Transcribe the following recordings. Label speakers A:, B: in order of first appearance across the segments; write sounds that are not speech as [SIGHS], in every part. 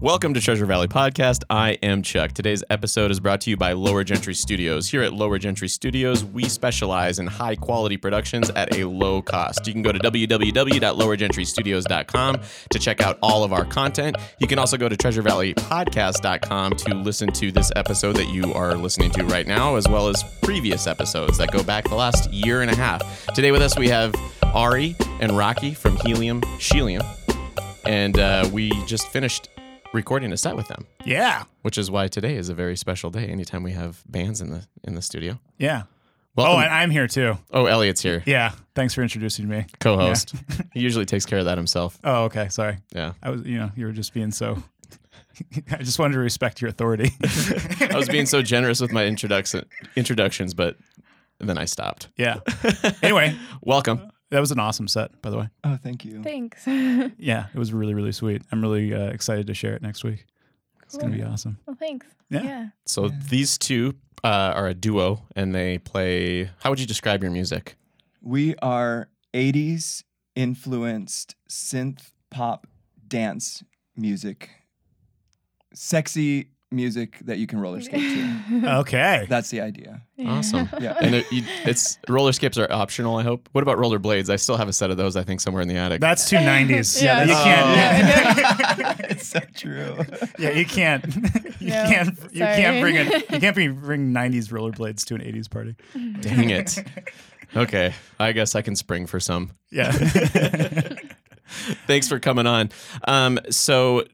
A: Welcome to Treasure Valley Podcast. I am Chuck. Today's episode is brought to you by Lower Gentry Studios. Here at Lower Gentry Studios, we specialize in high quality productions at a low cost. You can go to www.lowergentrystudios.com to check out all of our content. You can also go to treasurevalleypodcast.com to listen to this episode that you are listening to right now, as well as previous episodes that go back the last year and a half. Today with us, we have Ari and Rocky from Helium Shelium. And uh, we just finished recording a set with them,
B: Yeah.
A: which is why today is a very special day. Anytime we have bands in the in the studio.
B: Yeah.
A: Welcome.
B: Oh, and I'm here too.
A: oh, Elliot's here,
B: Yeah. Thanks for introducing me.
A: co-host.
B: [LAUGHS]
A: he usually takes care of that himself.
B: Oh, okay. Sorry. [LAUGHS]
A: Yeah,
B: I was, you know, you were just being so. [LAUGHS] I just wanted to respect your authority. [LAUGHS]
A: I was being so generous with my introduction introductions, but then I stopped. [LAUGHS]
B: yeah. Anyway,
A: Welcome.
B: that was an awesome set, by the way.
C: Oh, thank you.
D: Thanks. [LAUGHS]
B: Yeah, it was really, really sweet. I'm really uh, excited to share it next week. It's gonna
D: Cool.
B: be awesome.
D: Well, thanks.
B: Yeah.
A: So these two uh, are a duo, and they play. How would you describe your music?
C: We are 80s influenced synth pop dance music. Sexy music that you can roller skate
D: [LAUGHS]
C: to.
B: Okay.
C: That's the idea.
A: Awesome.
C: Yeah.
A: And it, you, it's roller skips are optional. I hope. What about roller blades? I still have a set of those. I think somewhere in the attic.
B: [LAUGHS] That's two nineties.
D: [LAUGHS] Yeah,
B: you
A: that's-
D: [LAUGHS]
B: [LAUGHS] can't. Yeah,
C: [LAUGHS] it's so true.
B: you can't. [LAUGHS] You
D: No,
B: can't. You can't
D: sorry.
B: bring it. You can't be, bring nineties rollerblades to an eighties party.
A: Dang it. Okay, I guess I can spring for some.
B: Yeah.
D: [LAUGHS]
B: [LAUGHS]
A: Thanks for coming on. Um, so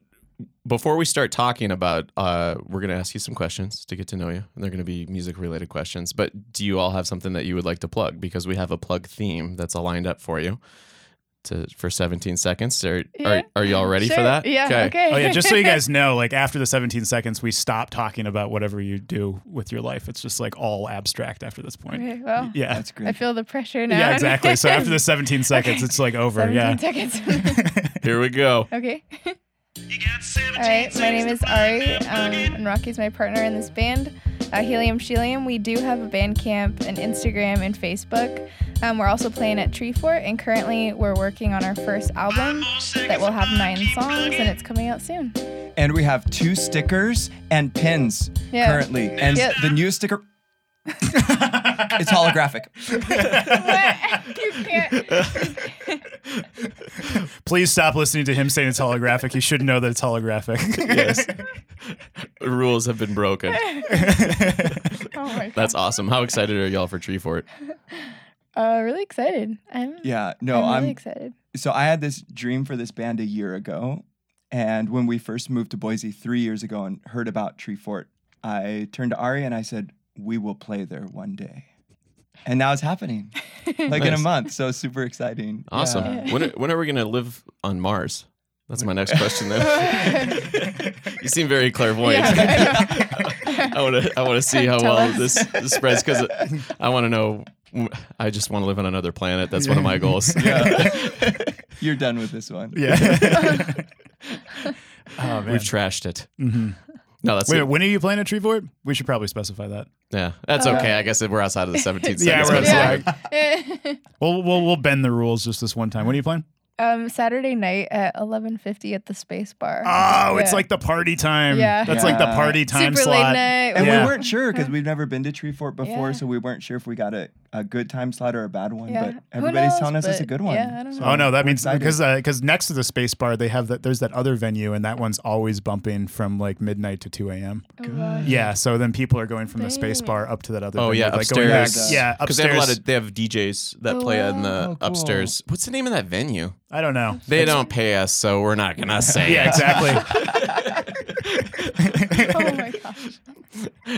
A: before we start talking about, uh, we're going to ask you some questions to get to know you, and they're going to be music related questions. But do you all have something that you would like to plug? Because we have a plug theme that's all lined up for you. To, for 17 seconds. Are,
D: Yeah.
A: are, are you all ready for
D: Sure.
A: that?
D: Yeah. Okay.
B: Oh yeah,
D: [LAUGHS]
B: just so you guys know, like after the 17 seconds, we stop talking about whatever you do with your life. It's just like all abstract after this point.
D: Okay, well,
B: Yeah.
C: That's
D: I
C: great.
D: feel the pressure now.
B: yeah, exactly. So after
D: [LAUGHS]
B: the 17 seconds,
D: Okay.
B: it's like over.
D: 17
B: yeah.
D: seconds. [LAUGHS]
A: Here we go.
D: okay. [LAUGHS] All right, my name is Ari, um, and Rocky's my partner in this band, uh, Helium Shelium. We do have a Bandcamp, an Instagram, and Facebook. Um, we're also playing at Tree Fort, and currently we're working on our first album that will have nine songs, and it's coming out soon.
C: And we have two stickers and pins
D: Yeah.
C: currently. And
D: Yeah.
C: the new sticker. it's holographic.
D: [LAUGHS] you can't.
B: [LAUGHS] Please stop listening to him saying it's holographic. You should know that it's holographic.
A: [LAUGHS] Yes. Rules have been
D: [LAUGHS]
A: broken.
D: Oh my god.
A: That's awesome. How excited are y'all for Tree Fort?
D: Uh, really excited. I'm.
C: Yeah. No,
D: I'm
C: I'm,
D: really excited. [LAUGHS]
C: so I had this dream for this band a year ago. And when we first moved to Boise three years ago and heard about Tree Fort, I turned to Ari and I said, We will play there one day. And now it's
D: [LAUGHS]
C: happening like in a
A: Nice.
C: month. So super exciting.
A: Awesome.
C: Yeah.
A: When, are, when are we going to live on Mars? That's my next question,
D: [LAUGHS]
A: then. you seem very clairvoyant. [LAUGHS] I want to. I want to see how
D: Tell
A: well
D: us.
A: this, this spreads because I want to know. I just want to live on another planet. That's one of my goals.
C: You're done with this one.
B: [LAUGHS] yeah. oh
A: [LAUGHS]
B: man.
A: We've trashed it.
B: Mhm.
A: No, that's
B: Wait,
A: it.
B: when are you playing a tree fort? We should probably specify that.
A: yeah. That's
D: Uh,
A: okay. I guess if we're outside of the 17
B: Yeah,
A: seconds.
B: we're
A: but it's
D: outside.
A: like-
B: We'll, we'll we'll bend the rules just this one time. When are you playing?
D: um, Saturday night at 11:50 at the Space Bar.
B: Oh, it's
D: Yeah.
B: like the party time.
D: Yeah.
B: That's like the
C: Yeah.
B: party time
D: Super
B: slot.
D: late night. Oh
C: And
B: Yeah.
C: we weren't sure because we've never been to Tree Fort before,
D: Yeah.
C: so we weren't sure if we got a, a good time slot or a bad one.
D: Yeah.
C: But
D: Who
C: everybody's
D: knows?
C: telling us it's a
D: But,
C: good one.
D: yeah, I don't know.
B: Oh no, that
C: we're
B: means
C: excited.
B: because because next to the space bar they have that there's that other venue and that one's always bumping from like midnight to two a.m.
D: Oh, gosh.
B: Yeah, so then people are going from the space
D: Dang.
B: bar up to that other.
A: Mm. oh
B: venue,
A: yeah,
B: like going back-
A: upstairs.
B: yeah,
A: Because they have a lot
B: upstairs.
A: of they have DJs that play in the
C: Oh, cool.
A: upstairs. What's the name of that venue?
B: I don't know.
A: They don't pay us, so we're not
B: [LAUGHS]
A: gonna say.
B: Yeah,
A: it.
B: exactly.
A: [LAUGHS]
B: [LAUGHS]
D: Oh my gosh.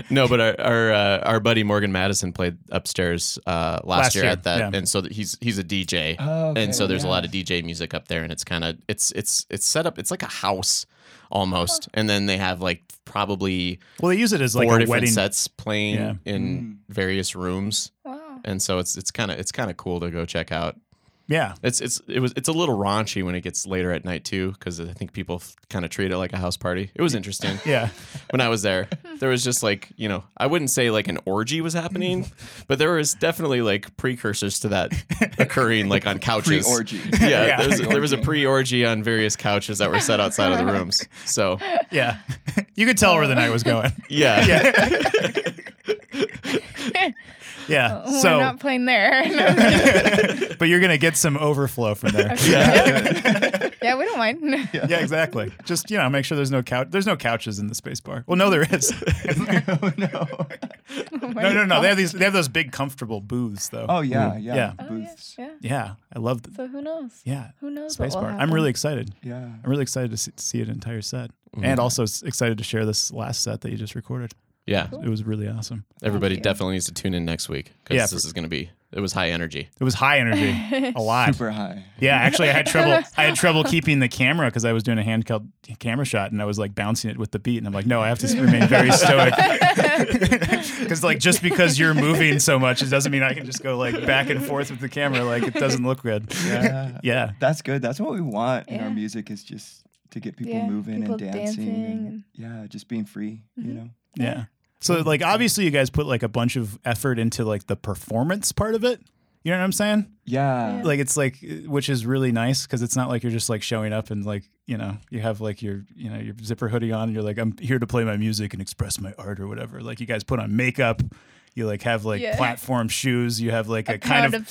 A: No, but our our, uh, our buddy Morgan Madison played upstairs uh, last,
B: Last
A: year,
B: year,
A: at that,
B: yeah.
A: and so that he's he's a DJ,
C: Oh, okay,
A: and so there's a
C: yeah.
A: lot of DJ music up there, and it's kind of it's it's it's set up. It's like a house almost, and then they have like probably
B: Well, they use it as like
A: four
B: a
A: different
B: wedding.
A: sets playing
B: Yeah.
D: Mm.
A: in various rooms,
D: Wow.
A: and so it's it's kind of it's kind of cool to go check out.
B: Yeah.
A: It's it's it was it's a little raunchy when it gets later at night too because I think people kind of treat it like a house party. It was interesting
D: [LAUGHS]
B: Yeah.
A: when I was there. There was just like you know I wouldn't say like an orgy was happening, but there was definitely like precursors to that occurring like on couches.
C: Pre-orgy.
A: [LAUGHS] Yeah,
B: Yeah.
A: There, was a, there was a pre-orgy on various couches that were set outside of the rooms. So
B: Yeah. you could tell where the night was
D: [LAUGHS]
B: going.
A: yeah,
B: Yeah. yeah.
D: [LAUGHS] We're
B: so,
D: not playing there. [LAUGHS] No.
B: [LAUGHS] but you're gonna get some overflow from there.
D: [LAUGHS] yeah, we don't mind. [LAUGHS]
B: Yeah, exactly. Just you know, make sure there's no couch. There's no couches in the space bar. Well, no, there is.
C: oh [LAUGHS] no.
B: no, no, no. They have these. They have those big comfortable booths though.
C: [LAUGHS] Oh yeah, yeah.
B: Yeah.
D: Oh, yeah,
C: Booths.
D: yeah.
B: yeah. I love. The,
D: So who knows?
B: yeah.
D: Who knows?
B: Space
D: what will
B: bar. I'm
D: happen.
B: really excited.
C: Yeah.
B: I'm really excited to see, see an entire set,
C: Mm-hmm.
B: and also s- excited to share this last set that you just recorded.
A: yeah.
B: It was really awesome.
A: Everybody
D: you.
A: definitely needs to tune in next week because
B: Yeah,
A: this
B: for-
A: is going to be it was high energy.
B: It was high energy, a lot.
C: Super high.
B: Yeah, actually, I had trouble. I had trouble keeping the camera because I was doing a handheld camera shot, and I was like bouncing it with the beat, and I'm like, no, I have to remain very stoic. Because like just because you're moving so much, it doesn't mean I can just go like back and forth with the camera. Like it doesn't look good.
C: Yeah.
B: Yeah,
C: [LAUGHS] That's good. That's what we want in our
D: Yeah.
C: music is just to get people
D: Yeah,
C: moving
D: people
C: and dancing,
D: dancing Mm-hmm.
C: and, yeah, just being free, you know.
B: yeah. So like obviously, you guys put like a bunch of effort into like the performance part of it. You know what I'm saying?
C: Yeah.
B: [LAUGHS] like it's like uh, which is really nice because it's not like you're just like showing up and like you know you have like your you know your zipper hoodie on and you're like i'm here to play my music and express my art or whatever like you guys put on makeup you like have like
D: Yeah.
B: platform shoes you have like a, kind
D: Pound
B: of,
D: of,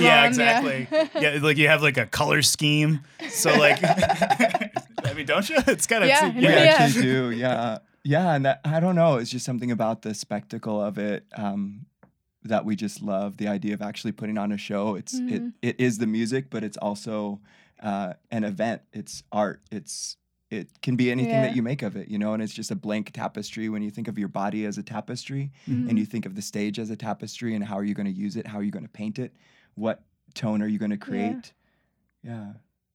B: [LAUGHS] yeah
D: on, [LAUGHS]
B: exactly yeah. like you have like a color scheme so like [LAUGHS]
D: [LAUGHS]
B: i mean don't you it's kind of
D: Yeah,
C: we
D: yeah.
C: actually do. Yeah. Yeah. And that, I don't know. It's just something about the spectacle of it um, that we just love. The idea of actually putting on a show. It's
D: Mhm.
C: it, it is the music, but it's also uh, an event. It's art. It's it can be anything
D: Yeah.
C: that you make of it, you know, and it's just a blank tapestry. When you think of your body as a tapestry,
B: Mm-hmm.
C: and
D: Mm-hmm.
C: you think of the stage as a tapestry and how are you going to use it how are you going to paint it what tone are you going to create yeah,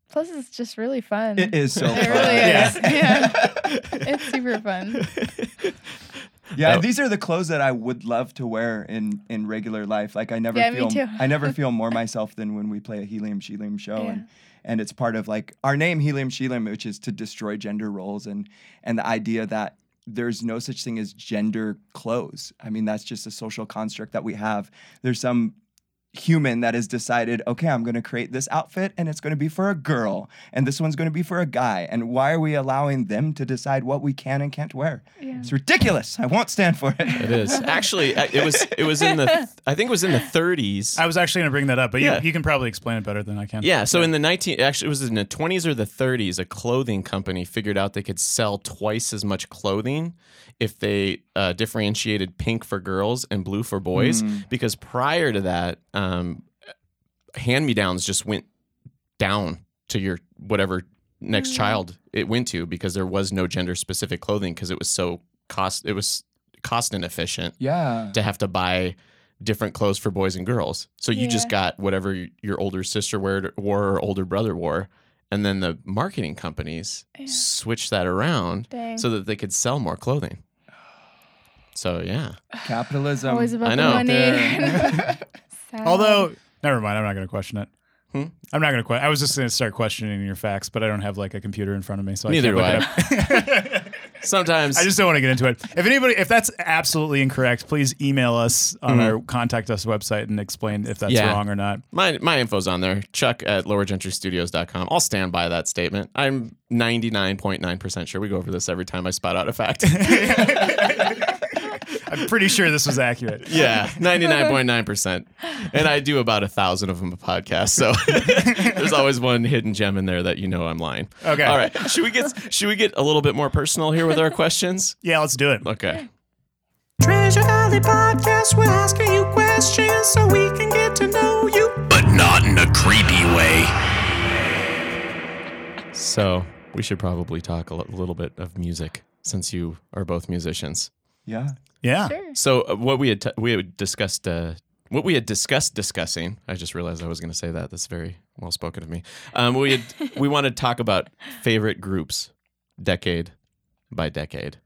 D: Plus, it's just really fun.
C: it is so
D: [LAUGHS] It
C: fun
D: really
B: Yeah.
D: is.
C: [LAUGHS]
D: [LAUGHS] Yeah. it's super fun.
A: [LAUGHS]
C: yeah
A: That-
C: these are the clothes that i would love to wear in in regular life like i never
D: Yeah, me
C: feel
D: too.
C: i never feel
D: [LAUGHS]
C: more myself than when we play a helium shelium show
D: Yeah.
C: and and it's part of like our name helium shelium which is to destroy gender roles and and the idea that there's no such thing as gender clothes i mean that's just a social construct that we have there's some human that has decided, okay, I'm going to create this outfit and it's going to be for a girl and this one's going to be for a guy. And why are we allowing them to decide what we can and can't wear?
D: Yeah.
C: It's ridiculous. I won't stand for
A: It
C: it. [LAUGHS]
A: is actually I- it was it was in the I think it was in the 30s.
B: i was actually going to bring that up but
A: Yeah.
B: you, you can probably explain it better than i can
A: Yeah, so in the 19 actually it was in the 20s or the 30s a clothing company figured out they could sell twice as much clothing if they uh, differentiated pink for girls and blue for
B: Mm.
A: boys
C: Mm,
A: because prior to that um, hand-me-downs just went down to your whatever next
B: Mm.
A: child it went to because there was no gender specific clothing because it was so cost it was cost inefficient
C: Yeah.
A: to have to buy different clothes for boys and girls. So you just
D: Yeah.
A: got whatever y- your older sister wear, wore or older brother wore. And then the marketing companies
D: Yeah.
A: switched that around
D: Dang.
A: so that they could sell more
D: [SIGHS]
A: clothing. So yeah.
C: Capitalism.
D: Always about
A: I
D: the
A: know.
D: [LAUGHS] money.
B: [LAUGHS]
D: Sad.
B: Although, never mind. I'm not going to question it.
A: Hmm?
B: I'm not going to. Que- I was just going to start questioning your facts, but I don't have like a computer in front of me, so
A: Neither do
B: I.
A: I.
B: Can't look it up. [LAUGHS]
D: [LAUGHS]
A: Sometimes
B: I just don't want to get into it. If anybody, if that's absolutely incorrect, please email us on our contact us website and explain if that's
A: Mm-hmm. Yeah.
B: wrong or not.
A: my my info's on there. Chuck at lowergentrystudios.com. I'll stand by that statement. I'm 99.9% sure we go over this every time I spot out a fact.
D: [LAUGHS]
B: I'm pretty sure this was accurate.
A: Yeah, 99.9%. And I do about a thousand of them a podcast. So [LAUGHS] there's always one hidden gem in there that you know I'm lying.
B: Okay.
A: All right. Should we get should we get a little bit more personal here with our questions?
B: Yeah, let's do it.
A: Okay.
E: Treasure Alley Podcast, we're asking you questions so we can get to know you. But not in a creepy way.
A: So we should probably talk a li- little bit of music since you are both musicians.
C: yeah.
B: Yeah.
A: [LAUGHS]
D: Sure.
A: So uh, what we had t- we had discussed uh, what we had discussed discussing. I just realized I was going to say that. That's very well spoken of me. Um, we had,
D: [LAUGHS]
A: we want to talk about favorite groups, decade by decade.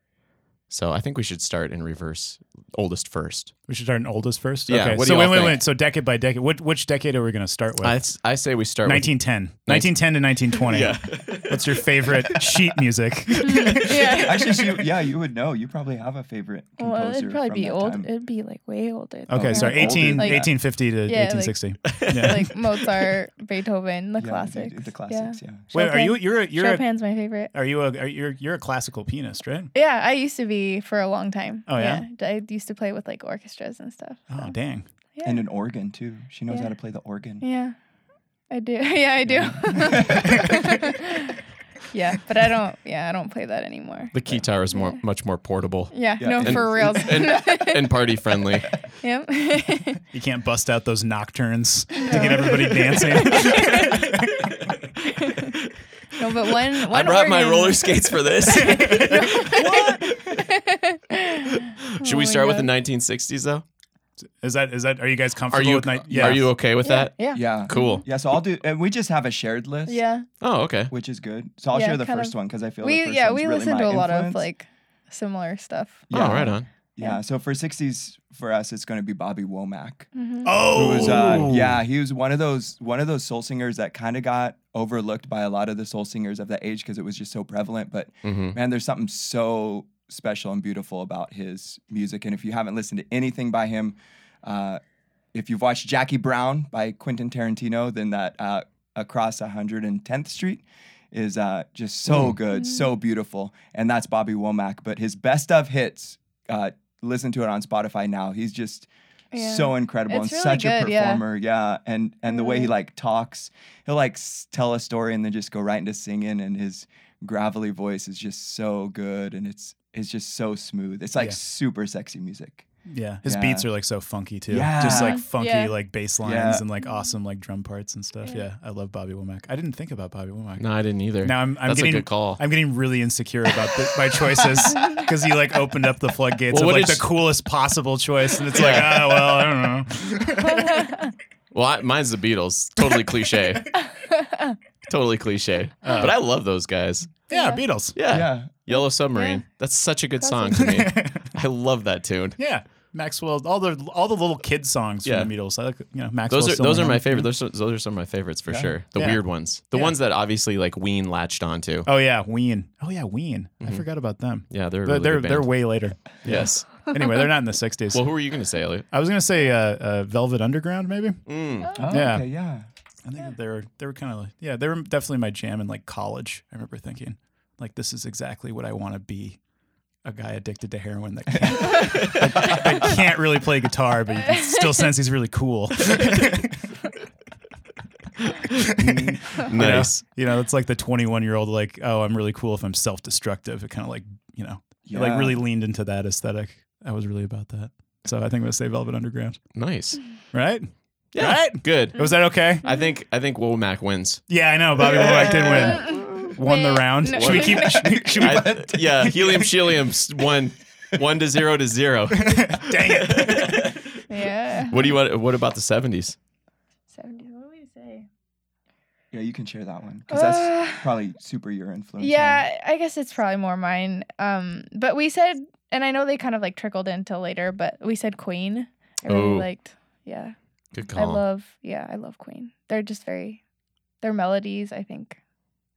A: So I think we should start in reverse, oldest first.
B: We should start in oldest first.
A: Yeah,
B: Okay.
A: what do
B: so
A: you
B: wait,
A: all
B: wait,
A: think?
B: wait. So decade by decade, which, which decade are we going to start with?
A: I, I say we start with
B: 1910. 1910 to 1920. What's your favorite sheet music?
D: yeah.
C: Actually, so you, yeah, you would know. You probably have a favorite composer.
D: [LAUGHS] Well, it'd probably
C: from
D: be
C: that
D: old.
C: time.
D: It'd be like way Oh, older. than
B: Okay,
D: that.
B: so
C: Older
B: 18,
C: than that.
B: 1850 to
D: Yeah, like- [LAUGHS]
B: 1860. yeah.
D: like Mozart, Beethoven, the
C: Yeah,
D: classics.
C: The classics,
D: Yeah.
C: yeah.
B: Wait, are
D: Chopin.
B: you you're a, you're a,
D: Chopin's my favorite.
B: are you a are you you're a classical pianist, right?
D: Yeah, I used to be for a long time.
B: Oh, yeah?
D: I used to play with like orchestras and stuff.
B: Oh,
D: so,
B: dang.
D: yeah.
C: And an organ, too. She knows
D: Yeah.
C: how to play the organ.
D: yeah, I do. [LAUGHS] yeah, I do. yeah, but I don't. Yeah, I don't play that anymore.
A: the guitar is more much more
D: [LAUGHS]
A: portable
D: Yeah,
C: Yeah.
D: no,
C: And-
D: for reals. [LAUGHS]
A: and party friendly.
D: yep. [LAUGHS]
B: You can't bust out those nocturnes to get everybody
D: [LAUGHS]
B: dancing.
D: no, but one. one
A: I brought my
D: organ-
A: roller skates for
D: [LAUGHS]
A: this. [LAUGHS] Should
D: Oh my
A: we start with the
D: God.
A: 1960s though?
B: Is that is that are you guys
A: Are
B: comfortable
A: you
B: with night?
A: are you okay with that?
D: Yeah.
C: Yeah.
A: Cool.
C: Yeah, so I'll do, and we just have a shared list,
D: Yeah.
A: Oh, okay.
C: which is good. So I'll
D: Yeah,
C: share the
D: kind
C: first
D: of-
C: one because I feel the
D: We
C: first
D: yeah
C: one's
D: we
C: really
D: listen to
C: my
D: a lot of
C: influence.
D: like similar stuff.
A: Yeah.
C: Yeah,
A: Oh, right on.
C: Yeah, so for 60s, for us, it's going to be Bobby Womack.
D: Mhm.
B: Oh,
C: who was uh, yeah he was one of those one of those soul singers that kind of got overlooked by a lot of the soul singers of that age because it was just so prevalent but
A: Mm-hmm.
C: man there's something so special and beautiful about his music and if you haven't listened to anything by him uh, if you've watched jackie brown by quentin tarantino then that uh, across 110th street is uh, just so good so beautiful and that's bobby womack but his best of hits uh, listen to it on spotify now he's just
D: Yeah.
C: so [LAUGHS] incredible
D: It's
C: and
D: really
C: such a
D: good, yeah. Mm-hmm.
C: performer yeah, and and the way he
D: Really.
C: like talks he'll like s- tell a story and then just go right into singing and his gravelly voice is just so good and it's it's just so smooth it's like
B: Yeah.
C: super sexy music
B: yeah. His
C: Yeah.
B: beats are like so funky too.
C: Yeah.
B: Just like funky
D: Yeah.
B: like bass lines
C: Yeah.
B: and like awesome like drum parts and stuff. Yeah.
D: Yeah.
B: I love Bobby Womack. I didn't think about Bobby Womack.
A: No, I didn't either.
B: Now I'm, I'm
A: That's
B: getting
A: a good call.
B: I'm getting really insecure about the,
A: [LAUGHS]
B: my choices because you like opened up the floodgates
A: Well,
B: of
A: what
B: like
A: is-
B: the coolest possible choice, and it's like, oh well, I don't know.
A: well, I, mine's the Beatles. Totally
D: [LAUGHS]
A: cliche. [LAUGHS] totally cliche. but I love those guys.
B: Uh. Yeah,
D: Yeah.
B: Beatles.
A: Yeah.
C: [LAUGHS] yeah
A: Yellow Submarine.
D: Yeah.
A: That's such a good song
D: Classic.
A: to me. I love that tune.
B: [LAUGHS] Yeah, Maxwell. All the all the little kid songs
A: Yeah.
B: from the Beatles. I like you know Maxwell.
A: Those are those are my
B: Silverman.
A: favorite. Those are, those are some of my favorites for
C: Yeah.
A: sure. The
B: Yeah.
A: weird ones. The
B: Yeah.
A: ones that obviously like Ween latched onto.
B: Oh yeah, Ween. Oh yeah, Ween. I forgot about them.
A: Yeah, Mm-hmm. they're a
B: But
A: really
B: they're
A: good band.
B: they're way later.
A: yes.
B: Anyway, they're not in the '60s.
A: Well, who are you gonna say, Elliot?
B: I was gonna say uh, uh, Velvet Underground, maybe.
A: Mm.
C: oh,
B: Yeah. [LAUGHS]
C: okay, yeah
B: I think they were they were kind of like, yeah, they were definitely my jam in like college. I remember thinking like this is exactly what I want to be. A guy addicted to heroin that can't, that can't really play guitar, but you can still sense he's really cool.
A: Nice.
B: You know, it's like the 21 year old, like, oh, I'm really cool if I'm self destructive. It kind of like, you know, it, like
C: Yeah.
B: really leaned into that aesthetic. I was really about that. So I think I'm going to say Velvet Underground.
A: Nice.
B: Right?
D: Mm.
A: Yeah.
B: Right?
A: Good.
B: Was that okay?
A: I think I think Womack wins.
B: Yeah, I know. Bobby Womack did win.
D: [LAUGHS]
B: Won the round.
D: No.
B: Should we
D: [LAUGHS]
B: keep? Should we, should we
A: I, yeah, helium helium one one to zero to zero.
B: [LAUGHS] Dang it.
D: [LAUGHS]
A: [LAUGHS]
D: Yeah.
A: What do you want? What about the seventies?
D: Seventies. What do we say?
C: yeah you can share that one because that's probably super your influence huh?
D: Uh, Yeah, I guess it's probably more mine. Um, but we said, and I know they kind of like trickled into later, but we said Queen. I really
A: Oh.
D: liked. Yeah,
A: Good
D: I
C: Oh.
A: call.
D: love. Yeah, I love Queen. They're just very, their melodies I think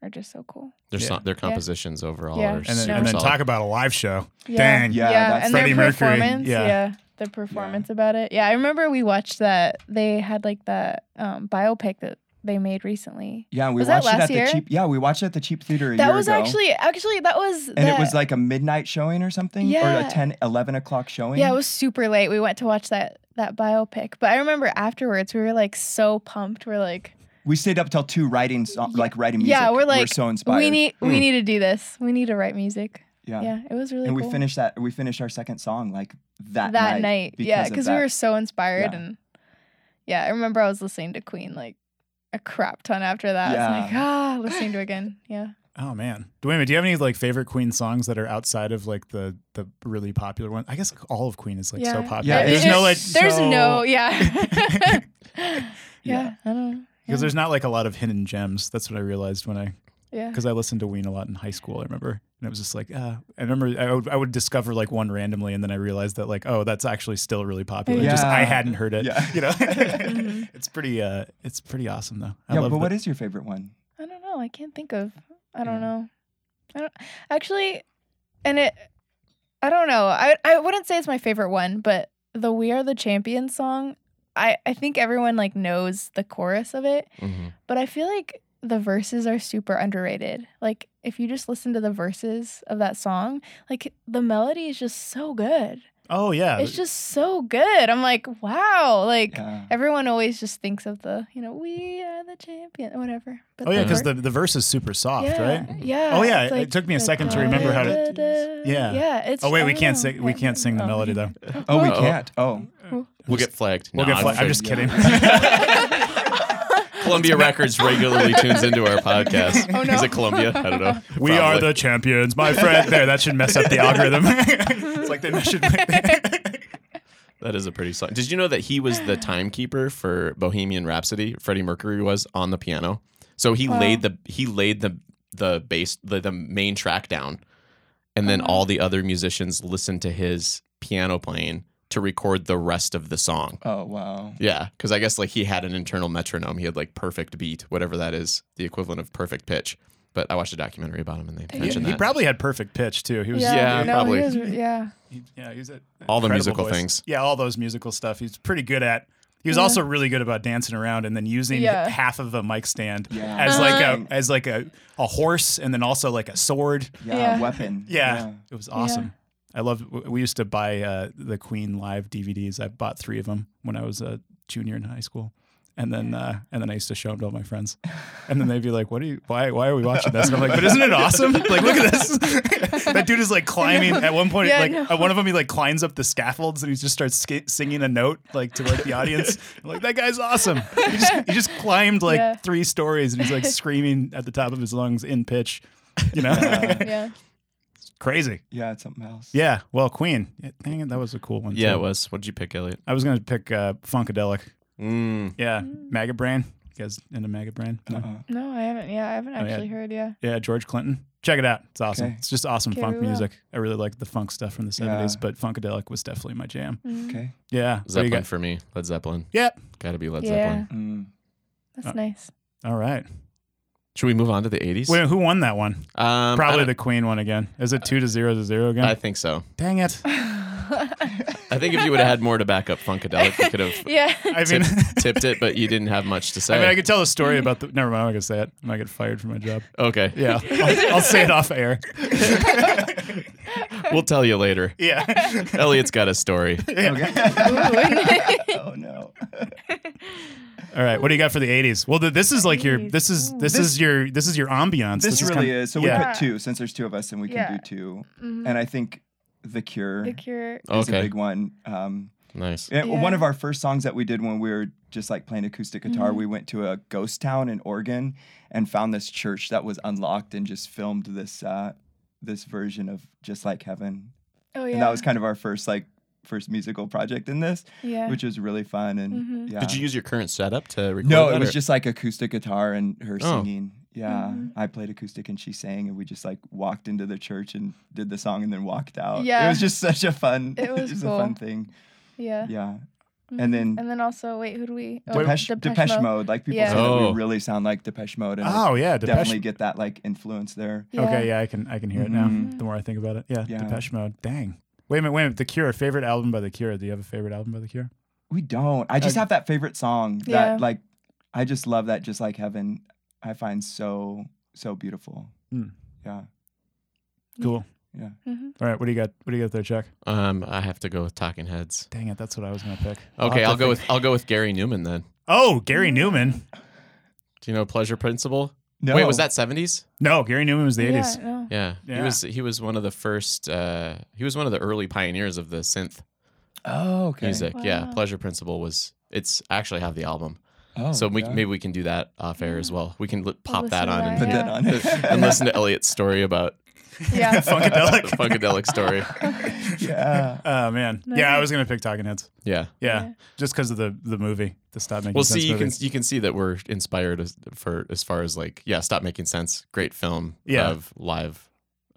D: are just so cool.
A: their
B: Yeah.
A: so- their compositions overall
D: Yeah.
A: are
B: And then,
A: super
B: and then
A: solid.
B: talk about a live show.
D: Yeah.
B: Dang.
C: Yeah, that's
D: and
B: Freddie
D: their
B: Mercury.
D: performance.
B: Yeah.
D: Yeah. The performance about it. Yeah, I remember we watched that. They had like that um, biopic that they made recently.
C: yeah we
D: Was that
C: watched it
D: last
C: at
D: year?
C: the cheap yeah we watched it at the cheap theater a
D: That
C: year
D: was
C: ago.
D: actually, actually, that was.
C: and it was like a midnight showing or something or
D: Yeah.
C: a 10 11 o'clock showing
D: Yeah, it was super late. We went to watch that that biopic, but I remember afterwards we were like so pumped. We're like,
C: we stayed up till two writing so-
D: Yeah.
C: like writing music
D: Yeah, we're
C: we're
D: like,
C: so inspired
D: we need we
B: Hmm.
A: Mm.
D: need to do this. We need to write music. Yeah, it was really
C: and
D: cool.
C: we finished that we finished our second song like that,
D: that, night. Yeah,
C: of
D: because we
C: that.
D: were so inspired
C: Yeah.
D: and yeah, I remember I was listening to Queen like a crap ton after that. I
C: Yeah.
D: was like, ah, listening to it again. Yeah.
B: Oh man, Do- wait a minute. Do you have any like favorite Queen songs that are outside of like the the really popular one? I guess like, all of Queen is like so
D: Yeah.
B: popular.
C: Yeah,
B: there's
C: it-
B: no like
D: There's
B: so-
D: no yeah. [LAUGHS] yeah.
C: Yeah.
D: I don't know.
B: because
D: yeah.
B: there's not like a lot of hidden gems. That's what I realized when I
D: yeah.
B: because I listened to Ween a lot in high school. I remember And And it was just like, uh, I remember I would, I would discover like one randomly, and then I realized that like, oh, that's actually still really popular. Just
C: Yeah.
B: I hadn't heard it.
C: Yeah.
B: You
D: [LAUGHS]
B: know, [LAUGHS]
D: Mm-hmm.
B: it's pretty, uh, it's pretty awesome though. I
C: yeah,
B: love
C: but what
B: that-
C: is your favorite one?
D: I don't know. I can't think of. I don't know. I don't actually, and it. I don't know. I I wouldn't say it's my favorite one, but the "We Are the Champions" song. I I think everyone like knows the chorus of it,
A: Mhm.
D: but I feel like the verses are super underrated. Like if you just listen to the verses of that song, like the melody is just so good.
B: Oh yeah,
D: It's just so good. I'm like, wow. Like
C: Yeah.
D: everyone always just thinks of the, you know, we are the champion, whatever. But
B: oh yeah,
D: the
B: because
D: ver-
B: the the verse is super soft, right?
D: yeah.
B: Oh, yeah,
D: it's
B: it took me a second to remember how to- Yeah.
D: Yeah. It's.
B: Oh wait,
D: I
B: we
D: don't
B: can't
D: know.
B: sing. We
D: Yeah.
B: can't sing the
D: Oh.
B: melody
D: [LAUGHS]
B: though.
C: Oh, we [LAUGHS]
A: Oh.
C: can't. Oh,
A: We'll get flagged.
B: We'll
A: Nah,
B: get. Fl- I'm
A: kidding.
B: just kidding.
A: Columbia Records regularly tunes into
D: [LAUGHS]
A: our podcast.
D: Oh, no.
A: Is it Columbia? I don't know.
B: We are
A: Probably.
B: the champions, my friend. There, that should mess up the algorithm. [LAUGHS] it's like they should.
D: [LAUGHS]
A: That is a pretty song. Did you know that he was
B: [SIGHS]
A: the timekeeper for Bohemian Rhapsody? Freddie Mercury was on the piano, so he
D: Wow.
A: laid the he laid the the bass the, the main track down, and then
B: Uh-huh.
D: Oh.
A: all the other musicians listened to his piano playing to record the rest of the song.
C: [LAUGHS] oh, wow.
A: Yeah, because I guess like he had an internal metronome. He had like perfect beat, whatever that is, the equivalent of perfect pitch. But I watched a documentary about him, and they
D: Yeah.
A: mentioned
B: he
A: that.
B: probably had perfect pitch too. He was.
D: Yeah.
A: Yeah,
D: no,
A: probably.
D: He was, yeah.
B: He, yeah, he was at
A: All the
B: incredible
A: musical
B: voice.
A: things.
B: Yeah, all those musical stuff. He's pretty good at. He was
D: Yeah.
B: also really good about dancing around and then using
D: Yeah.
B: half of a mic stand
C: Yeah.
B: as like
C: Uh-huh.
B: a as like a, a horse and then also like a sword.
C: Yeah,
D: Yeah.
C: weapon.
B: Yeah, it was awesome. I loved. w- We used to buy uh, the Queen live DVDs. I bought three of them when I was a junior in high school, and then uh, and then I used to show them to all my friends, and then they'd be like, "What are you? Why? Why are we watching this?" And I'm like, "But isn't it awesome?
D: [LAUGHS]
B: Like, look at this. [LAUGHS] that dude is like climbing. At one point,
D: Yeah, I
B: like
D: know.
B: at one of them, he like climbs up the scaffolds and he just starts sk- singing a note like to like the
D: [LAUGHS]
B: audience. I'm like that guy's awesome. He just, he just climbed like
D: Yeah.
B: three stories and he's like screaming at the top of his lungs in pitch. You know,
D: [LAUGHS] Yeah.
B: crazy.
C: Yeah, it's something else.
B: Yeah, well, Queen. Yeah, Dang it, that was a cool one.
A: yeah,
B: too.
A: it was. What did you pick, Elliot?
B: I was gonna pick uh, Funkadelic.
A: Mm.
B: Yeah, Maga Brain. You guys into Maga Brain? No.
C: Uh-uh.
D: No, I haven't. Yeah, I haven't
B: Oh, yeah.
D: actually heard. Yeah.
B: Yeah, George Clinton. Check it out. It's awesome.
C: Okay.
B: It's just awesome
D: Okay,
B: funk
D: we will.
B: music. I really like the funk stuff from the seventies, but Funkadelic was definitely my jam.
D: Mm.
C: Okay.
B: Yeah. what do you
A: Zeppelin
B: got?
A: for me. Led Zeppelin.
B: Yep.
A: Gotta be Led
D: Yeah.
A: Zeppelin.
D: [LAUGHS]
C: Mm.
D: That's
B: Uh,
C: [LAUGHS]
D: nice. [LAUGHS]
B: All right.
A: Should we move on to the 80s?
B: Wait, who won that one?
A: um, I
B: Probably
A: don't-
B: the Queen one again. Is it two to zero to zero again?
A: I think so.
B: Dang it.
A: I think if you would have had more to back up Funkadelic, you could have
D: yeah. [LAUGHS]
B: I mean, [LAUGHS]
A: tipped it, but you didn't have much to say.
B: I mean, I could tell a story about the. Never mind. I'm not gonna say it. I might get fired from my job.
A: okay.
B: Yeah, I'll, I'll say it off air.
A: We'll tell you later. [LAUGHS]
B: Yeah.
A: Elliot's got a story.
C: Okay. [LAUGHS] oh no.
B: All right, what do you got for the '80s? Well, th- this is like your this is this, is your this is your ambiance.
C: This,
B: is
C: really
B: kinda-
C: is. So we
B: yeah,
C: put two since there's two of us and we
D: Yeah.
C: can do 2
D: Mhm.
C: And I think The Cure
D: The Cure.
C: is a
A: Okay.
C: big one. Um,
A: Nice.
C: and One
D: Yeah. Mm-hmm.
C: of our first songs that we did when we were just like playing acoustic guitar, we went to a ghost town in Oregon and found this church that was unlocked and just filmed this uh, this version of Just Like Heaven.
D: Oh yeah.
C: And that was kind of our first like first musical project in this,
D: Yeah.
C: which was really fun. And
D: Mhm.
C: yeah.
A: Did you use your current setup to record?
C: No,
A: that,
C: it was
A: or-
C: just like acoustic guitar and her
A: Oh.
C: singing. Yeah,
D: Mhm.
C: I played acoustic and she sang, and we just like walked into the church and did the song and then walked out.
D: Yeah.
C: it was just such a fun. [LAUGHS]
D: It was
C: a fun
D: cool.
C: thing.
D: yeah.
C: Yeah,
D: Mhm.
C: and then
D: And then also, wait, who do we? Oh,
C: Depeche, Depeche, Mode. Like people
D: Yeah.
C: say that
A: Oh.
C: we really sound like Depeche Mode, and
B: Oh yeah,
C: I
B: Depeche.
C: definitely get that like influence there.
B: Okay, yeah, I can I can hear it now.
C: Mhm.
B: The more I think about it, yeah,
C: Yeah.
B: Depeche Mode. Dang. Wait a minute, wait a minute. The Cure, favorite album by The Cure. Do you have a favorite album by The Cure?
C: We don't. I just
B: Okay.
C: have that favorite song that
D: Yeah.
C: like I just love that. Just like heaven, I find so so beautiful.
A: Hmm.
B: Mm.
C: Yeah,
D: Mm-hmm.
B: Cool.
C: yeah.
D: hmm
B: All right, what do you got? What do you got there, Chuck?
A: Um, I have to go with Talking Heads.
B: Dang it, that's what I was gonna pick.
A: Okay,
B: have
A: I'll
B: to
A: go
B: think-
A: with I'll go with Gary Newman then.
B: Oh, Gary Newman.
A: Do you know Pleasure Principle?
C: No.
A: Wait, was that 70s?
B: No, Gary Newman was the '80s. [LAUGHS]
D: Yeah, no.
A: Yeah. He
B: Yeah.
A: was he was one of the first uh he was one of the early pioneers of the synth
C: Oh, okay.
A: music. Yeah,
D: Wow.
A: Pleasure Principle was it's I actually have the album.
C: Oh,
A: so we,
C: yeah.
A: maybe we can do that off air as well. We can li- pop
D: listen
A: that
D: to
A: on
D: that,
A: and,
C: put
D: yeah.
C: that
A: [LAUGHS]
C: on
A: and listen to Elliot's story about
D: Yeah.
A: the
B: [LAUGHS] Funkadelic.
A: [LAUGHS] Funkadelic story.
B: [LAUGHS]
C: yeah.
B: Oh man. Yeah, I was gonna pick Talking Heads.
A: Yeah.
B: Yeah,
D: Yeah.
B: just because of the the movie, the Stop Making
A: Well,
B: Sense
A: see, you
B: movie.
A: can you can see that we're inspired as, for as far as like yeah, stop making sense. Great film
B: Yeah.
A: of live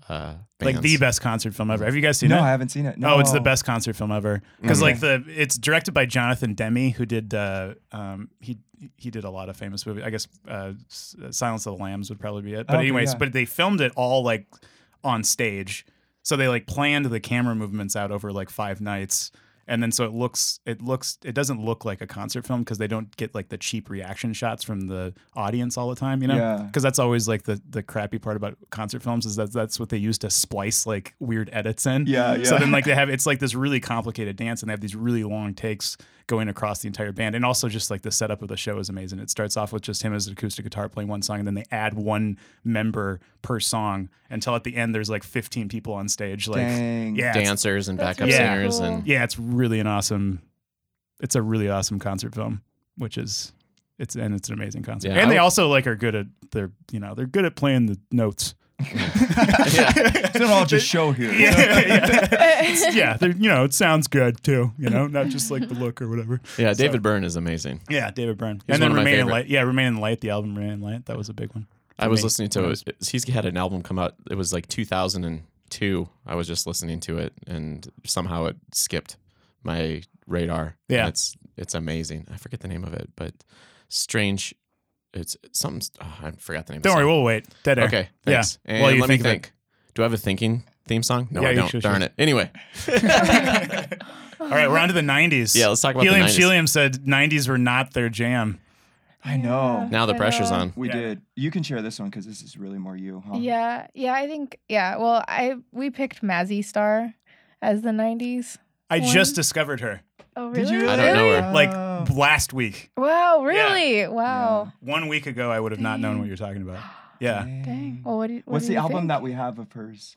A: uh,
B: like the
A: bands.
B: best concert film ever. Have you guys seen
C: No,
B: it?
C: I haven't seen it. No,
B: Oh, it's the best concert film ever. Because like the it's directed by Jonathan Demme, who did uh, um, he he did a lot of famous movies. I guess uh, S- Silence of the Lambs would probably be it. But
C: Okay,
B: anyways,
C: yeah.
B: but they filmed it all like on stage, so they like planned the camera movements out over like five nights. And then so it looks it looks it doesn't look like a concert film because they don't get like the cheap reaction shots from the audience all the time, you know?
C: Yeah.
B: because that's always like the the crappy part about concert films is that that's what they use to splice like weird edits in.
C: Yeah,
B: So
C: yeah.
B: then like they have it's like this really complicated dance and they have these really long takes going across the entire band and also just like the setup of the show is amazing. It starts off with just him as an acoustic guitar playing one song and then they add one member per song until at the end there's like 15 people on stage like
C: Dang. [LAUGHS]
B: yeah, it's-
A: dancers and
D: That's
A: backup
B: really
A: singers
D: cool.
A: and
B: yeah, it's really an awesome. It's a really awesome concert film, which is it's and it's an amazing concert.
A: Yeah,
B: and
A: I
B: they
A: would-
B: also like are good at they're you know they're good at playing the
C: [LAUGHS]
B: notes.
C: It's not all just show
B: [LAUGHS]
C: here.
B: yeah,
D: [LAUGHS]
B: yeah. They're, you know it sounds good too. You know, not just like the look or whatever.
A: yeah, David Byrne is amazing.
B: Yeah, David Byrne.
A: He's
B: and
A: one
B: then
A: of my
B: Remain in
A: favorite.
B: Light. Yeah, Remain in Light. The album Remain in Light. That was a big one.
A: I was
B: me.
A: listening to it. He's had an album come out. It was like 2002. I was just listening to it, and somehow it skipped my radar.
B: Yeah.
A: And it's it's amazing. I forget the name of it, but strange. It's something. oh, I forgot the name.
B: Don't
A: of the
B: worry,
A: song.
B: we'll wait. Dead air.
A: okay.
B: Yeah.
A: Thanks. And
B: While you
A: let me
B: think of it.
A: think. Do I have a thinking theme song? No,
B: Yeah,
A: I
B: you
A: don't.
B: should,
A: Darn
B: should.
A: it. Anyway,
B: [LAUGHS] All right, we're on to the '90s.
A: Yeah, let's talk about the
B: Helium
A: 90s.
B: Helium said '90s were not their jam.
C: I know.
A: now the
D: I
A: pressure's
D: know.
A: on.
C: We
B: Yeah.
C: did. You can share this one because this is really more you, huh?
D: Yeah, yeah, I think yeah. Well, I we picked Mazzy Star as the '90s.
B: I
D: One.
B: just discovered her
D: Oh,
C: Did
D: really?
C: you?
A: I don't know her.
B: like
C: Oh.
B: last week.
D: Wow, really? Wow.
B: One week ago, I would have not known what
D: Dang.
B: you're talking about. Yeah.
D: [GASPS] Dang. Well, what? Do, what
C: What's
D: do
C: the
D: you
C: album
D: think?
C: that we have of hers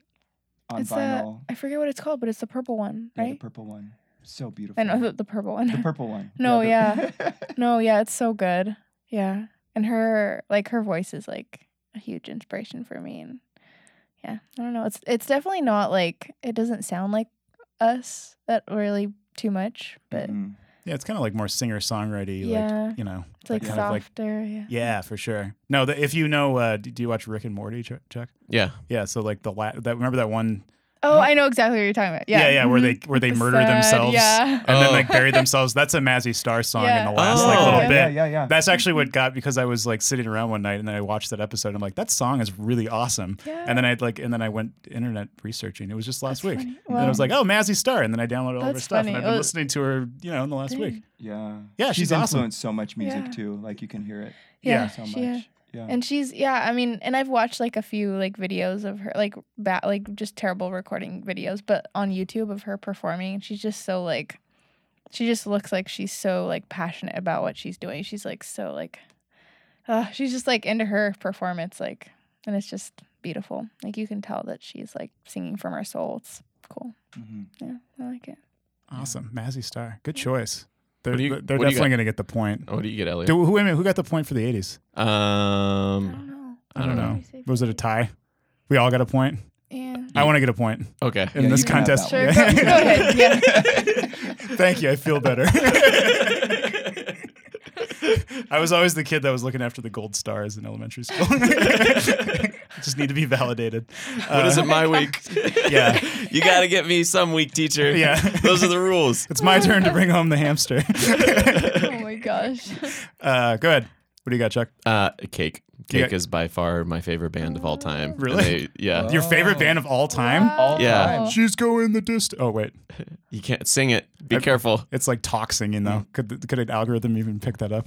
C: on
D: it's
C: vinyl?
D: The, I forget what it's called, but it's the purple one,
C: Yeah,
D: right?
C: the purple one. So beautiful.
D: I know the, the purple one.
C: The purple one.
D: No,
C: the-
D: [LAUGHS]
C: [LAUGHS]
D: no, yeah, it's so good. Yeah, and her like her voice is like a huge inspiration for me, and yeah, I don't know. It's it's definitely not like it doesn't sound like us that really too much, but
B: Mm-hmm.
C: Mm.
B: Yeah, it's kind of like more singer songwriter.
D: Yeah.
B: Like, you know,
D: it's like
B: kind of like-
D: softer. yeah.
B: yeah, for sure. No, the, if you know, uh, do, do you watch Rick and Morty, Ch- Chuck?
A: Yeah.
B: Yeah. So like the la- that remember that one?
D: Oh, I know exactly what you're talking about. Yeah,
B: yeah, where
D: mhm.
B: they where they
D: The
B: murder
D: sad,
B: themselves
D: Yeah. [LAUGHS]
B: and then
A: Oh.
B: like bury themselves. That's a Mazzy Star song
D: Yeah. Mm-hmm.
B: in the last like
A: Oh.
B: little
C: yeah,
B: bit.
C: yeah, yeah, yeah.
B: That's actually what got because I was like sitting around one night and then I watched that episode. And I'm like, that song is really awesome.
D: yeah.
B: And then I'd like, and then I went internet researching. It was just last week.
D: That's funny.
B: and then I was
D: Wow.
B: like, oh, Mazzy Star. And then I downloaded all of her
D: That's
B: stuff.
D: funny.
B: And I've been
D: Oh.
B: listening to her, you know, in the last
D: Dang.
B: week.
C: yeah.
B: Yeah, she's awesome.
C: influenced so much music
D: Yeah.
C: too. Like you can hear it
B: Yeah.
C: so
D: she is.
C: much. Yeah.
D: And she's yeah, I mean, and I've watched like a few like videos of her like bat like just terrible recording videos, but on YouTube of her performing, and she's just so like she just looks like she's so like passionate about what she's doing. She's like so like uh, she's just like into her performance like and it's just beautiful. Like you can tell that she's like singing from her soul. It's cool.
C: Mhm.
D: Yeah, I like it.
B: Awesome. Mazzy Star. Good choice. They're,
A: What do you-
B: they're
A: what do you Oh,
B: definitely going to get the point.
A: What do you get, Elliot?
B: Do, who, wait a minute, who got the point for the 80s? Hmm.
D: I don't
A: um.
D: know.
A: I don't know.
B: Was it a tie? We all got a point?
D: Yeah.
B: I want to get a point
A: Okay.
B: in
C: Yeah,
B: this
C: you can have
B: contest.
D: Sure, go,
B: [LAUGHS]
D: go ahead. Yeah.
B: Thank you. I
A: [LAUGHS]
B: feel better. I was always the kid that was looking after the gold stars in elementary school. [LAUGHS] Just need to be validated.
A: What is
B: Uh,
A: it my week?
B: [LAUGHS] Yeah.
A: you got to get me some week teacher.
B: Yeah.
A: [LAUGHS] Those are the rules.
B: It's my turn to bring home the hamster. [LAUGHS]
D: Oh my gosh.
B: uh, go ahead. What do you got, Chuck?
A: Uh, Cake. Cake
B: Yeah.
A: is by far my favorite band of all time. And
B: Really?
A: they- yeah.
B: Your favorite band of all time?
D: Oh,
C: All
A: Yeah.
C: time.
B: She's going the distance. Oh wait,
A: You can't sing it. Be careful.
B: it's like talk singing though. Could could an algorithm even pick that up?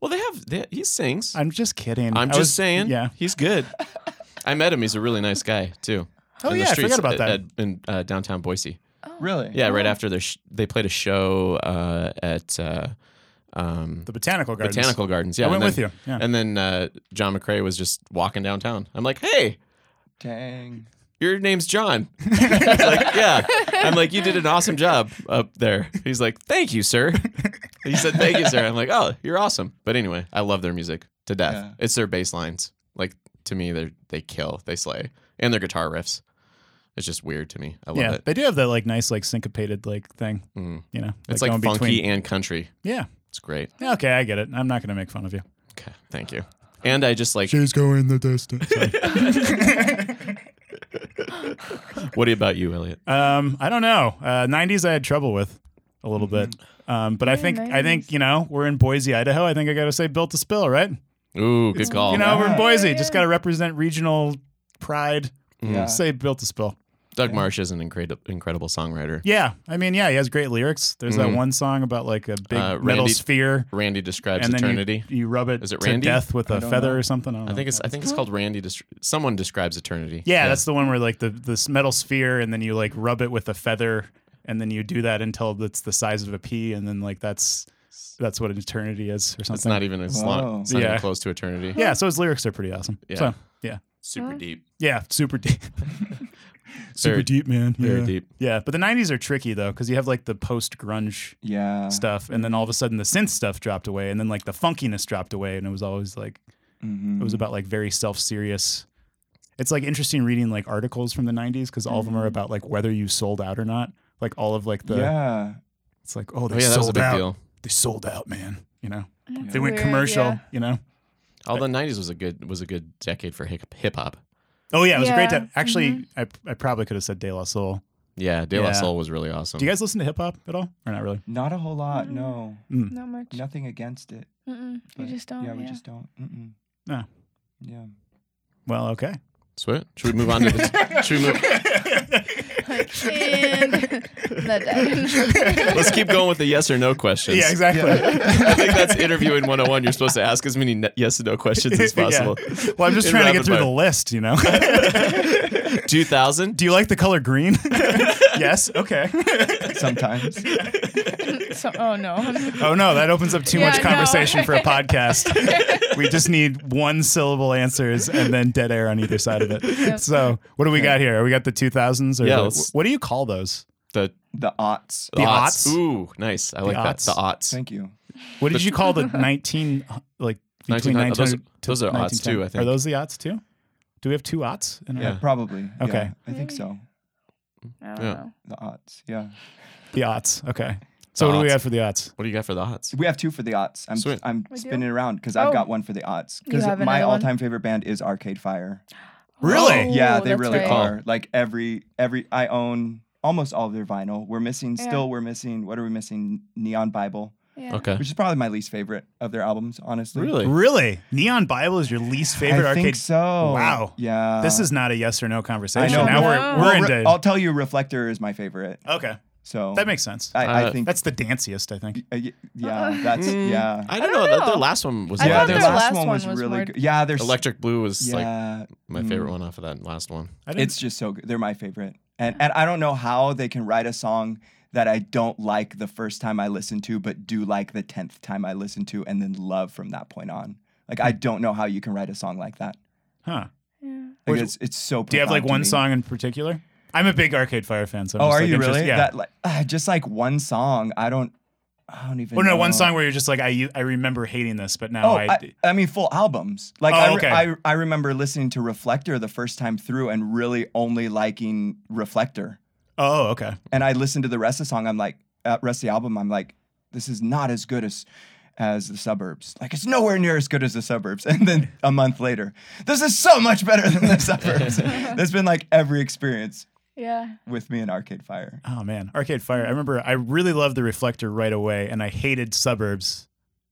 A: Well, they have. They, he sings.
B: I'm just kidding.
A: I'm
B: I
A: just
B: was-
A: saying.
B: Yeah.
A: He's good. I met him. He's a really nice guy too.
B: [LAUGHS] Oh,
A: In
B: yeah, I
A: the
B: forgot
A: streets
B: about
A: at-
B: that. Oh.
A: at- in uh, downtown Boise.
C: Really?
A: Yeah, right after their sh- they played a show uh, at uh, um,
B: The botanical gardens.
A: Botanical Gardens. Yeah,
B: I went
A: and
B: with
A: then-
B: you. Yeah.
A: And then uh, John McRae was just walking downtown. I'm like, hey,
C: Dang.
A: your name's
B: [LAUGHS]
A: John. He's like, yeah. I'm like, you did an awesome job up there. He's like, thank you, sir. He said, thank you, sir. I'm like, oh, you're awesome. But anyway, I love their music to death.
C: Yeah.
A: It's their bass lines. Like, to me, they they kill, they slay, and their guitar riffs. It's just weird to me. I love
B: yeah,
A: it.
B: they do have that like nice like syncopated like thing.
A: Mm.
B: You know,
A: It's like,
B: going
A: funky
B: between-
A: and country.
B: Yeah.
A: It's great.
B: Yeah, Okay, I get it. I'm not gonna make fun of you.
A: Okay, thank [LAUGHS] you. And I just like
B: She's going the distance.
A: What about you, Elliot?
B: [LAUGHS] Um, I don't know. Uh, 90s I had trouble with a little bit.
A: Mm-hmm.
B: Um, but I
D: Yeah,
B: think I think, you know, we're in Boise, Idaho. I think I got to say built to spill, right?
A: Ooh, good call.
B: you know, we're in
D: yeah.
B: Boise.
D: Yeah,
B: Just
D: yeah.
B: got to represent regional pride.
A: Uh.
C: Yeah.
B: Say built to spill.
A: Doug Marsh is an incredible, incredible songwriter.
B: Yeah. I mean, yeah, he has great lyrics. There's that
A: Mhm.
B: one song about like a big
A: Uh,
B: metal
A: Randy-
B: sphere
A: Randy describes
B: and then
A: eternity.
B: you, you rub it,
A: Is it
B: to
A: Randy?
B: death with
C: I
B: a
C: don't
B: feather
C: know.
B: or something. I, don't
A: I think
B: know.
A: it's I think it's called Randy. Des- someone describes eternity.
B: Yeah, that's the one where like the this metal sphere, and then you like rub it with a feather, and then you do that until it's the size of a pea, and then like that's that's what an eternity is or something.
A: it's not even it's not,
C: Whoa.
A: it's not even
B: Yeah.
A: close to eternity.
B: yeah, so his lyrics are pretty awesome.
A: Yeah.
B: So yeah,
A: Super
D: Huh?
A: deep.
B: yeah, super deep, [LAUGHS]
A: [LAUGHS]
B: super
A: Very-
B: deep, man.
A: Very
B: yeah.
A: deep.
B: Yeah, but the '90s are tricky though because you have like the post
C: Uh-huh.
B: grunge
C: Yeah.
B: stuff, and then all of a sudden the synth stuff dropped away, and then like the funkiness dropped away, and it was always like
C: Mhm.
B: It was
D: Mm.
B: about like very self serious. It's like interesting reading like articles from the 90s because all of
D: Mm-hmm.
B: them are about like whether you sold out or not. Like all of like the,
C: yeah.
B: it's like, oh, they
A: Oh yeah, that was a
B: sold
A: big
B: out.
A: deal.
B: They sold out, man. You know,
D: That's
B: they went
D: weird,
B: commercial,
D: yeah.
B: you know?
A: Although '90s was a good was a good decade for hip hop.
B: Oh, yeah. It was a great
D: Yeah, mm-hmm.
B: time. Actually, I, I probably could have said De La Soul.
A: Yeah, De La
B: Yeah.
A: Soul was really awesome.
B: Do you guys listen to hip hop at all or not really?
C: Not a whole lot. No.
D: Not much.
C: Nothing against it.
D: Mm-mm. We
C: but
D: just don't.
C: Yeah, we just don't. Mm-mm.
B: No.
C: Yeah.
A: [LAUGHS]
B: Well, okay.
A: Sweet. Should we move on to
B: [LAUGHS]
A: the, [LAUGHS] should we move,
D: Like, and that died.
A: Let's keep going with the yes or no questions.
B: [LAUGHS] Yeah,
A: [LAUGHS]
B: exactly.
A: I think
B: [LAUGHS]
A: that's interviewing 101. You're supposed to ask as many ne- yes and no questions as
B: [LAUGHS] Yeah.
A: possible.
B: Well, I'm just
A: In
B: trying to
A: rapid
B: get through
A: fire.
B: the list,
A: [LAUGHS]
B: you know? [LAUGHS]
A: 2000.
B: Do you like the color green? yes. Okay. [LAUGHS]
A: [LAUGHS]
C: Sometimes.
D: [LAUGHS] So- oh no.
B: Oh no, that opens up too
D: Yeah,
B: much
D: no.
B: conversation for
A: [LAUGHS]
B: a podcast. we just need one syllable answers and then dead air on either side of it. So what do we got here? We got the two thousands or
A: Yeah,
B: the-
A: let's-
B: what do you call those?
A: The,
C: The aughts.
A: the
B: aughts?
A: Ooh, nice. I like that.
B: aughts?
A: The aughts.
C: Thank you.
B: What did you call the nineteen like
A: 1900
B: between nineteen
A: those-
B: hundred?
A: those are odds too, I think.
B: Are those the odds too? Do we have two odds? In our-
A: Yeah.
C: Probably.
B: Okay.
C: yeah, I think so.
D: I don't
A: Yeah.
D: know.
C: The aughts. Yeah.
B: The odds. Okay. So what do we
A: odds.
B: have for the odds?
A: What do you got for the aughts?
C: We have two for the aughts. I'm
A: Sweet.
C: I'm
D: We do?
C: spinning it around because
D: Oh.
C: I've got one for the aughts.
D: You
C: Because
D: have
C: my
D: another one?
C: all-time favorite band is Arcade Fire.
B: Really?
D: Oh,
C: yeah, they
D: that's
C: really
D: right.
C: are. Like every every I own almost all of their vinyl. We're missing
D: Yeah.
C: still. We're missing. What are we missing? Neon Bible,
D: Yeah.
A: Okay.
C: which is probably my least favorite of their albums. Honestly,
A: Really?
B: Really? Neon Bible is your least favorite
C: I
B: arcade.
C: think so.
B: Wow.
C: Yeah.
B: This is not a yes or no conversation.
C: know.
B: Now
D: No.
B: we're we're
C: Well, Re-
B: into
C: I'll tell you, Reflector is my favorite.
B: Okay.
C: So
B: That makes sense.
C: I,
A: Uh,
C: I think
B: That's the danciest, I think.
C: uh, y-
D: Uh-uh.
C: yeah.
D: [LAUGHS]
C: That's
A: Mm,
C: yeah.
A: I don't,
D: I don't
A: know. That- Their
D: know.
A: last one was
D: I
A: yeah,
C: yeah,
D: thought
C: their
D: their
C: last,
D: last
C: one
D: one
C: was,
D: was
C: really
D: more-
C: good. Yeah, there's
A: Electric Blue was like
C: Yeah,
A: my
B: Mm-hmm.
A: favorite one off of that last one.
B: I didn't-
C: it's just so good. They're my favorite, and and I don't know how they can write a song that I don't like the first time I listen to, but do like the tenth time I listen to, and then love from that point on. Like
B: Hmm.
C: I don't know how you can write a song like that.
B: huh.
D: Yeah.
C: Like
B: Which-
C: it's it's so.
B: Do you have
C: profound
B: like
C: to
B: one
C: me.
B: song in particular? I'm a big Arcade Fire fan, so I'm
C: Oh,
B: just,
C: are
B: like,
C: you
B: interested-
C: really?
B: Yeah.
C: That like [SIGHS] ah, just like one song. I don't. I don't even.
B: well, no, one
C: know.
B: song where you're just like I u- I remember hating this, but now
C: Oh,
B: I,
C: I, I mean, full albums. Like,
B: Oh,
C: I, re-
B: okay.
C: I, I remember listening to Reflector the first time through and really only liking Reflector.
B: oh okay.
C: and I listened to the rest of the song. I'm like, uh, rest of the album. I'm like, this is not as good as as the suburbs. Like, it's nowhere near as good as the suburbs. And then a month later, this is so much better than
D: [LAUGHS]
C: the suburbs. That's been like every experience
D: Yeah.
C: with me and Arcade Fire.
B: Oh man, Arcade Fire. I remember I really loved the Reflector right away, and I hated Suburbs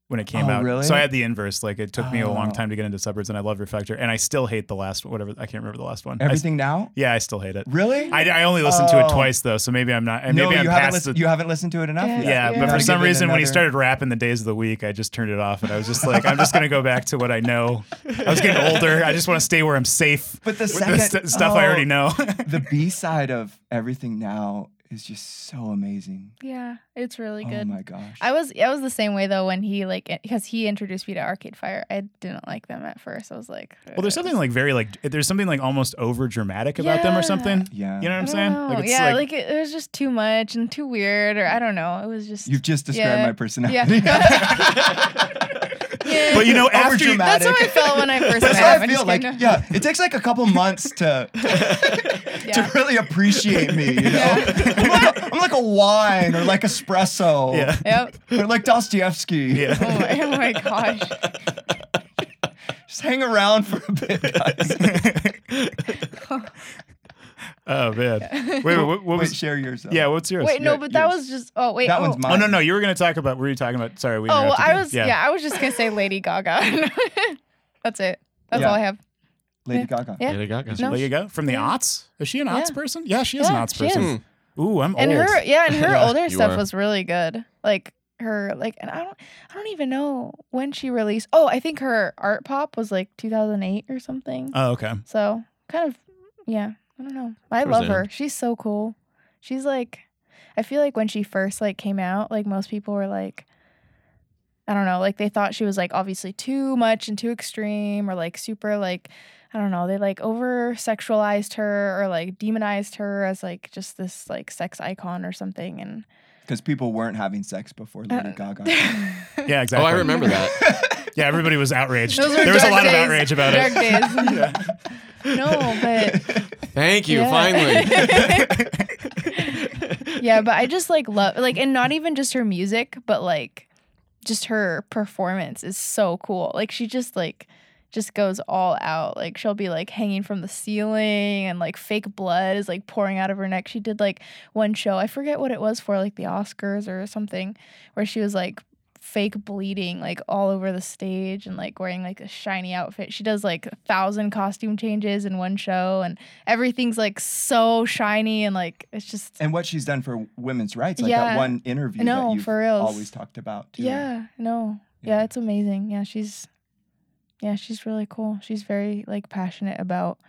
B: when it came
C: Oh,
B: out.
C: really?
B: So I had the inverse. Like it took me a long
C: Oh.
B: time to get into Suburbs, and I love Reflector, and I still hate the last whatever. I can't remember the last one. I s-
C: Everything now,
B: yeah, I still hate it.
C: really?
B: I, I only listened to it
C: Oh.
B: twice though, so maybe I'm not. Maybe
C: no,
B: I'm
C: you haven't,
B: past
C: listen
B: the,
C: you haven't listened to it enough.
D: Yeah,
C: yet.
B: Yeah,
D: Yeah.
B: but
C: Gotta
B: for
C: give
B: some
C: it
B: reason, when he
C: another-
B: started rapping the days of the week, I just turned it off, and I was just like, I'm just gonna go back to what I know. [LAUGHS] I was
D: [LAUGHS]
B: getting older.
A: [LAUGHS]
B: I just want to stay where I'm safe.
C: But the
B: with
C: second
B: st- stuff I
C: oh,
B: already know.
C: the
B: [LAUGHS]
C: B side of Everything Now is just so amazing.
D: Yeah. It's really
C: Oh
D: good.
C: my gosh.
D: I was I was the same way though when he like because he introduced me to Arcade Fire. I didn't like them at first. I was like,
B: well, there's something like very like there's something like almost over dramatic about them
D: Yeah.
B: or something.
C: yeah.
B: You know what I'm
D: I don't
B: saying?
D: know. yeah, like, it, it was just too much and too weird, or I don't know. It was just
C: You've just described
D: Yeah.
C: my personality.
D: yeah.
C: [LAUGHS]
D: Yeah.
B: but you know, after you,
C: Overdramatic.
D: [LAUGHS] that's how I felt when I first
C: That's
D: met
C: how
D: him.
C: I
D: I'm just
C: feel. Like,
D: kidding.
C: yeah, it takes like a couple months to
D: Yeah.
C: to
B: [LAUGHS]
C: [LAUGHS] really appreciate me. You know,
D: Yeah.
C: I'm, like a, I'm like a wine or like espresso,
B: yeah,
D: Yep.
C: or like Dostoevsky. [LAUGHS]
B: yeah.
D: Oh my, oh my gosh.
B: [LAUGHS]
C: Just hang around for a bit, guys.
B: Uh, Oh man. Wait, wait, what, what
C: Wait,
B: was?
C: share yours. though.
B: Yeah, what's yours?
D: [LAUGHS] Wait, no,
C: Yeah,
D: but that
C: yours.
D: was just. Oh wait.
C: that
D: oh.
C: one's mine.
B: Oh no, no, you were gonna talk about. What were you talking about? Sorry, we.
D: Oh well,
B: interrupted
D: I
B: you.
D: was. Yeah. I was just gonna say Lady Gaga. [LAUGHS] That's it. That's
C: Yeah.
D: all I have.
C: Lady Gaga.
D: Yeah.
A: Lady Gaga.
D: No.
B: There you go. From the aughts? Is she an aughts
D: Yeah.
B: person? Yeah, she is
D: Yeah,
B: an aughts
D: she is.
B: person. Ooh, I'm
D: And
B: old.
D: her, yeah, and her
A: Yeah,
D: older
A: you
D: stuff
A: are.
D: was really good. Like her, like, and I don't, I don't even know when she released. Oh, I think her art pop was like 2008 or something.
B: oh, okay.
D: so kind of, yeah, I don't know. I
A: Towards
D: love
A: the
D: her. She's so cool. She's like, I feel like when she first like came out, like most people were like, I don't know, like they thought she was like obviously too much and too extreme or like super like I don't know, they like over sexualized her or like demonized her as like just this like sex icon or something and
C: Because people weren't having sex before
D: Uh,
C: Lady
D: [LAUGHS]
C: Gaga.
B: [LAUGHS] Yeah,
A: Oh,
B: exactly.
A: I remember that.
B: [LAUGHS] Yeah, everybody was
D: [LAUGHS]
B: outraged.
D: Those were
B: There was a
D: dark
B: lot of
D: days.
B: outrage about
D: Dark
B: it.
C: [LAUGHS]
D: days. No, Oh,
B: [LAUGHS]
D: but
A: Thank you.
D: Yeah. [LAUGHS]
A: Finally.
D: yeah, but I just like love like and not even just her music, but like just her performance is so cool. Like she just like just goes all out. Like she'll be like hanging from the ceiling and like fake blood is like pouring out of her neck. She did like one show, I forget what it was for, like the Oscars or something, where she was like fake bleeding like all over the stage and like wearing like a shiny outfit. She does like a thousand costume changes in one show and everything's like so shiny and like it's just
C: and what she's done for women's rights, like
D: Yeah.
C: that one interview
D: No,
C: that you've
D: for reals.
C: always talked about. Too.
D: Yeah, no. Yeah. it's amazing. Yeah, she's yeah, she's really cool. She's very like passionate about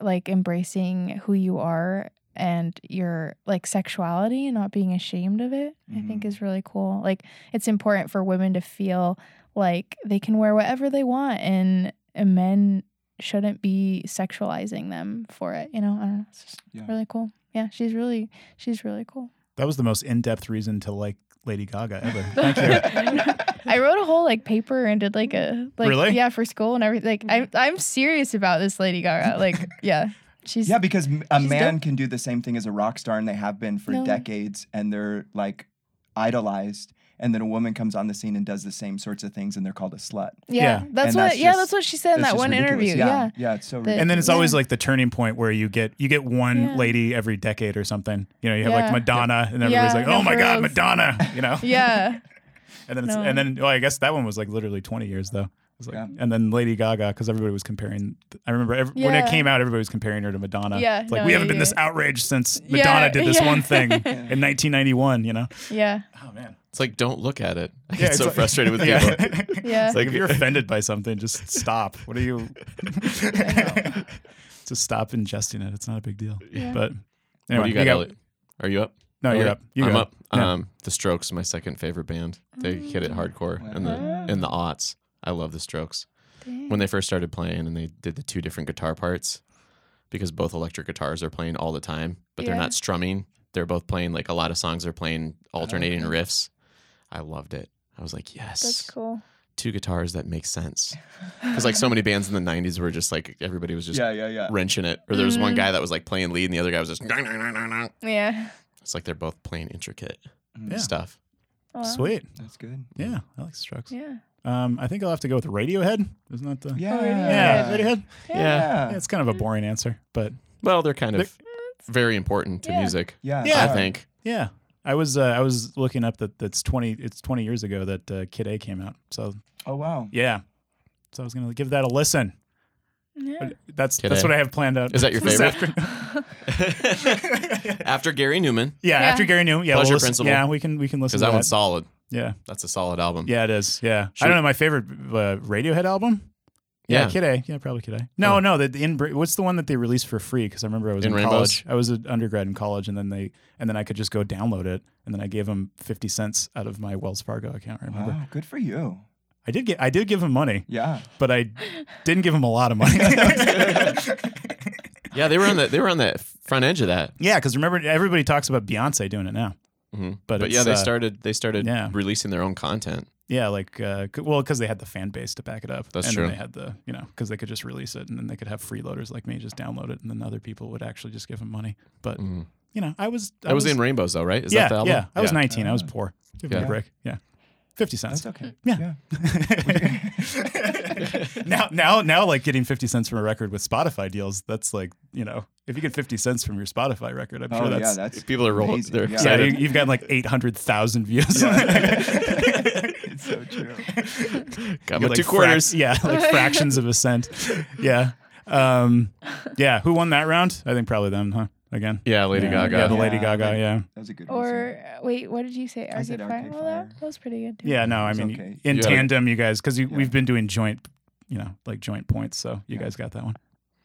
D: like embracing who you are and your like sexuality and not being ashamed of it. I think
C: Mhm.
D: is really cool. Like it's important for women to feel like they can wear whatever they want and, and men shouldn't be sexualizing them for it, you know? I don't know. It's just
C: Yeah.
D: really cool. Yeah, she's really she's really cool.
B: [LAUGHS] That was the most in-depth reason to like Lady Gaga ever. Thank you.
D: [LAUGHS] I wrote a whole like paper and did like a like
B: Really?
D: yeah for school and everything. Like I'm I'm serious about this Lady Gaga.
B: [LAUGHS]
D: Like yeah, she's
C: Yeah, because m- a
D: She's
C: man can do the same thing as a rock star, and they have been for
D: No.
C: decades, and they're like idolized. And then a woman comes on the scene and does the same sorts of things, and they're called a slut.
D: yeah,
B: yeah.
D: That's
C: And
D: what
C: that's
D: yeah
C: just-
D: that's what she said in
C: That's
D: that
C: just
D: one
C: ridiculous.
D: interview. Yeah.
C: yeah, yeah, it's so
D: The-
C: ridiculous.
B: And then it's
D: Yeah. [LAUGHS]
B: always like the turning point where you get you get one
D: Yeah.
B: lady every decade or something. You know, you have
D: Yeah.
B: like Madonna, and everybody's
D: Yeah,
B: like,
D: no,
B: "Oh my
D: for
B: God,
D: reals.
B: Madonna!" You know,
D: [LAUGHS]
C: [LAUGHS]
D: Yeah.
B: and then it's,
D: No.
B: and then well, I guess that one was like literally twenty years though. It was like,
C: Yeah.
B: And then Lady Gaga, because everybody was comparing. I remember ev- when
D: Yeah.
B: it came out, everybody was comparing her to Madonna.
D: Yeah,
B: it's like
D: no,
B: we haven't
D: yeah,
B: been this
D: yeah.
B: outraged since
D: Yeah,
B: Madonna did this
D: [LAUGHS] yeah.
B: one thing in 1991. You know?
D: yeah,
B: Oh man,
A: It's like don't look at it. I get
B: [LAUGHS] Yeah, it's
A: so
B: like-
A: frustrated with
B: yeah.
A: people.
D: yeah,
B: It's like if you're offended by something, just stop. What are you? [LAUGHS] just stop ingesting it. It's not a big deal.
D: Yeah.
B: But
A: What
B: [LAUGHS] anyway,
A: do you got, Elliot? Are you up?
B: No, you're
A: Okay.
B: up. You
A: I'm
B: go.
A: up.
B: Yeah.
A: Um, the Strokes, my second favorite band. They hit it hardcore in
D: Wow.
A: the in the aughts. I love the Strokes
D: Dang.
A: when they first started playing, and they did the two different guitar parts because both electric guitars are playing all the time, but they're
D: Yeah.
A: not strumming. They're both playing like a lot of songs are playing alternating riffs. I loved it. I was like, yes,
D: that's cool.
A: two guitars that make sense. Because like so many bands in the '90s were just like everybody was just
C: yeah, yeah, yeah.
A: wrenching it, or there was one
D: Mm.
A: guy that was like playing lead, and the other guy was just. "Nah, nah, nah, nah, nah."
D: [LAUGHS] Yeah,
A: It's like they're both playing intricate
C: Mm,
B: Yeah.
A: stuff.
D: Wow.
B: Sweet.
C: That's good.
B: Yeah, I like Strokes.
D: Yeah,
B: Um, I think I'll have to go with Radiohead. Isn't that the
C: Yeah,
B: yeah, Radiohead?
D: Yeah.
B: Yeah, it's kind of a boring answer, but
A: Well, they're kind of very important to
D: Yeah.
A: music,
C: Yeah,
B: Yeah.
A: I think.
B: yeah. I was uh, I was looking up that that's twenty. It's twenty years ago that uh, Kid A came out. So
C: Oh wow.
B: yeah, so I was gonna give that a listen.
D: yeah.
B: But That's
A: Kid
B: that's
A: A.
B: what I have planned out.
A: Is that your
B: this
D: [LAUGHS]
A: favorite?
B: afternoon.
A: [LAUGHS] After Gary Newman,
B: yeah,
D: Yeah.
B: after Gary Newman. Yeah,
A: Pleasure
B: we'll listen-
A: Principle.
B: Yeah, we can we can listen
A: because
B: to
A: that
B: that.
A: one's solid.
B: yeah,
A: That's a solid album.
B: yeah, it is. Yeah,
A: Should-
B: I don't know my favorite uh, Radiohead album. Yeah,
A: Yeah. Oh.
B: Kid A. Yeah, probably Kid A. No, no, the, the in what's the one that they released for free? Because I remember I was
A: In
B: in,
A: Rainbows?
B: college. I was an undergrad in college, and then they and then I could just go download it, and then I gave them fifty cents out of my Wells Fargo account. I remember
C: Wow, good for you.
B: I did get I did give him money, [LAUGHS]
C: Yeah. [LAUGHS]
B: but I didn't give him a lot
A: [LAUGHS]
B: of money. [LAUGHS]
A: Yeah, they were on the they were on the front edge of that.
B: yeah, because remember everybody talks about Beyonce doing it now,
A: Mhm.
B: but,
A: But,
B: it's,
A: yeah, they
B: uh,
A: started they started
B: yeah.
A: releasing their own content.
B: Yeah, like uh, c- well, because they had the fan base to back it up.
A: That's
B: and
A: true.
B: Then they had the you know because they could just release it, and then they could have freeloaders like me just download it, and then other people would actually just give them money. But
A: Mhm.
B: you know, I was I
A: That was in Rainbows though, right? Is that
B: yeah
A: the album?
C: Uh,
B: yeah I was nineteen. I was poor. Give me
A: Yeah.
B: a break. Yeah. 50 cents.
C: That's okay.
B: Yeah. [LAUGHS] now, now, now, like getting 50 cents from a record with Spotify deals, that's like, you know, if you get 50 cents from your Spotify record, I'm
C: Oh
B: sure that's.
C: yeah, that's
A: People are rolling.
C: Amazing,
A: They're
C: yeah.
B: yeah,
A: excited.
B: you, you've got like 800,000 views.
A: [LAUGHS]
B: [LAUGHS]
C: [LAUGHS] it's so true.
A: Got
B: You're
A: my
B: like
A: two quarters.
B: frac- yeah,
A: [LAUGHS]
B: like fractions of a cent. Yeah. Um, yeah. Who won that round? I think probably them, huh? Again.
A: Yeah, Lady
B: yeah,
A: Gaga.
B: Yeah, the Lady
C: Yeah,
B: Gaga.
C: like-
B: Yeah.
C: That was a good one. sorry.
D: Or uh, wait, what did you say?
C: I
D: Arcade
C: said
D: Fire?
C: Arcade
D: Well, that,
C: Fire.
D: that was pretty good. Too.
B: Yeah. No, I
C: It's
B: mean,
C: okay.
B: in
A: You gotta-
B: tandem, you guys, because
C: Yeah.
B: we've been doing joint, you know, like joint points. So you guys got that one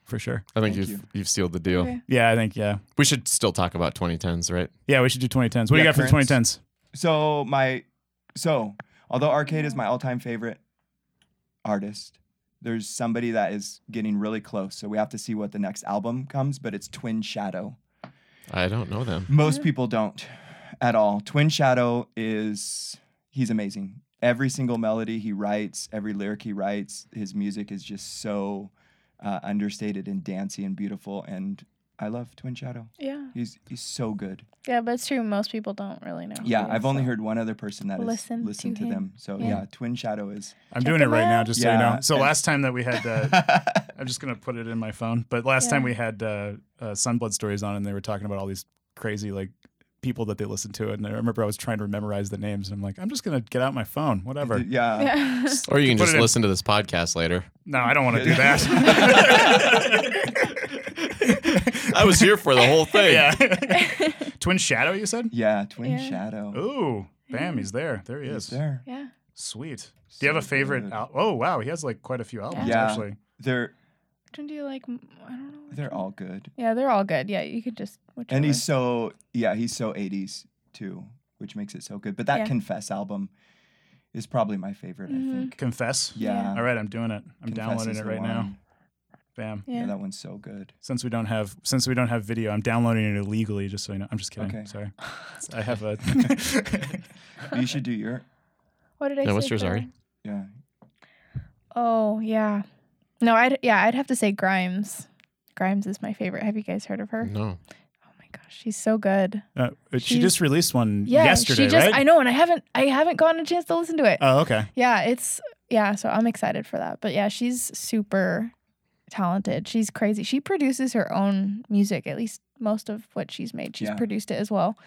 B: for sure.
A: I think
C: Thank
A: you've you.
C: you.
A: have you have sealed the deal.
D: Okay.
B: Yeah. I think, yeah.
A: We should still talk about 2010s, right?
B: Yeah. We should do 2010s. What do you
C: Yeah,
B: got for
C: currents.
B: 2010s?
C: So my so although arcade is my all-time favorite artist, there's somebody that is getting really close. So we have to see what the next album comes, but it's Twin Shadow.
A: I don't know them.
C: Most people don't at all. Twin Shadow is he's amazing. Every single melody he writes, every lyric he writes, his music is just so uh, understated and dancey and beautiful. And I love Twin Shadow.
D: Yeah.
C: He's he's so good.
D: Yeah, but it's true. Most people don't really know. who
C: Yeah,
D: he is,
C: I've only
D: so.
C: heard one other person that has
D: Listen to
C: listened to,
D: him.
C: them. So
D: Yeah.
C: yeah. Twin Shadow is.
B: I'm
D: Check
B: doing it
D: them
B: right now,
D: out.
B: just so you know.
C: Yeah,
B: So
C: and-
B: last time that we had, uh,
C: [LAUGHS]
B: I'm just gonna put it in my phone. But last
D: Yeah.
B: time we had uh, uh, Sunblood stories on, and they were talking about all these crazy like people that they listened to, and I remember I was trying to memorize the names, and I'm like, I'm just gonna get out my phone, whatever.
C: yeah.
D: Yeah.
A: Or you can
B: Put
A: just
B: it in-
A: listen to this podcast
B: [LAUGHS]
A: later. [LAUGHS]
B: No, I don't want to do [LAUGHS]
C: [LAUGHS]
B: that.
A: I was here for the whole thing.
B: yeah, [LAUGHS]
C: [LAUGHS]
B: Twin Shadow, you said?
C: Yeah, Twin
D: Yeah.
C: Shadow.
B: Ooh, bam, he's there. There he
C: He's
B: is.
C: there.
D: [LAUGHS] yeah.
B: Sweet. Do you have a
C: So
B: favorite?
C: good.
B: Al- oh wow, he has like quite a few albums
C: Yeah.
B: actually.
C: They're
D: Which one do you like? m- I don't know. which
C: they're
D: one.
C: all good.
D: Yeah, they're all good. Yeah, you could just. Whichever.
C: And he's so yeah, he's so 80s too, which makes it so good. But that
D: Yeah.
C: Confess album is probably my favorite,
D: Mhm.
C: I think.
B: Confess.
C: Mm-hmm. Yeah.
D: Yeah.
B: All right, I'm doing it. I'm
C: Confess
B: downloading
C: is
B: it
C: the
B: right now.
C: one.
B: Bam.
C: Yeah.
D: Yeah.
C: that one's so
B: [LAUGHS]
C: good.
B: Since we don't have since we don't have video, I'm downloading it illegally. Just so you know, I'm just kidding.
C: Okay.
B: Sorry, I have a. [LAUGHS]
C: You should do your
D: [LAUGHS] What did I
A: Yeah,
D: say?
A: what's yours,
D: for
A: Ari?
D: mine?
C: yeah.
D: Oh yeah. No, I'd yeah, I'd have to say Grimes. Grimes is my favorite. Have you guys heard of her?
A: No.
D: Oh my gosh, she's so good.
B: Uh, she
D: She's-
B: just released one
D: Yeah,
B: yesterday,
D: she just
B: right?
D: I know, and I haven't I haven't gotten a chance to listen to it.
B: Oh, okay.
D: yeah, it's yeah, so I'm excited for that. But yeah, she's super talented. She's crazy. She produces her own music, at least most of what she's made. She's
C: Yeah.
D: produced it as well.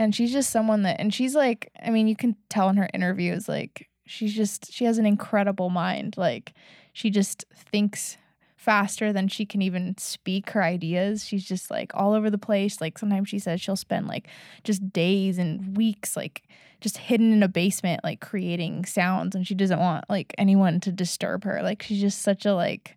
D: And she's just someone that and she's like, I mean, you can tell in her interviews like she's just she has an incredible mind. Like she just thinks faster than she can even speak her ideas. She's just like all over the place. Like sometimes she says she'll spend like just days and weeks like just hidden in a basement like creating sounds and she doesn't want like anyone to disturb her. Like she's just such a like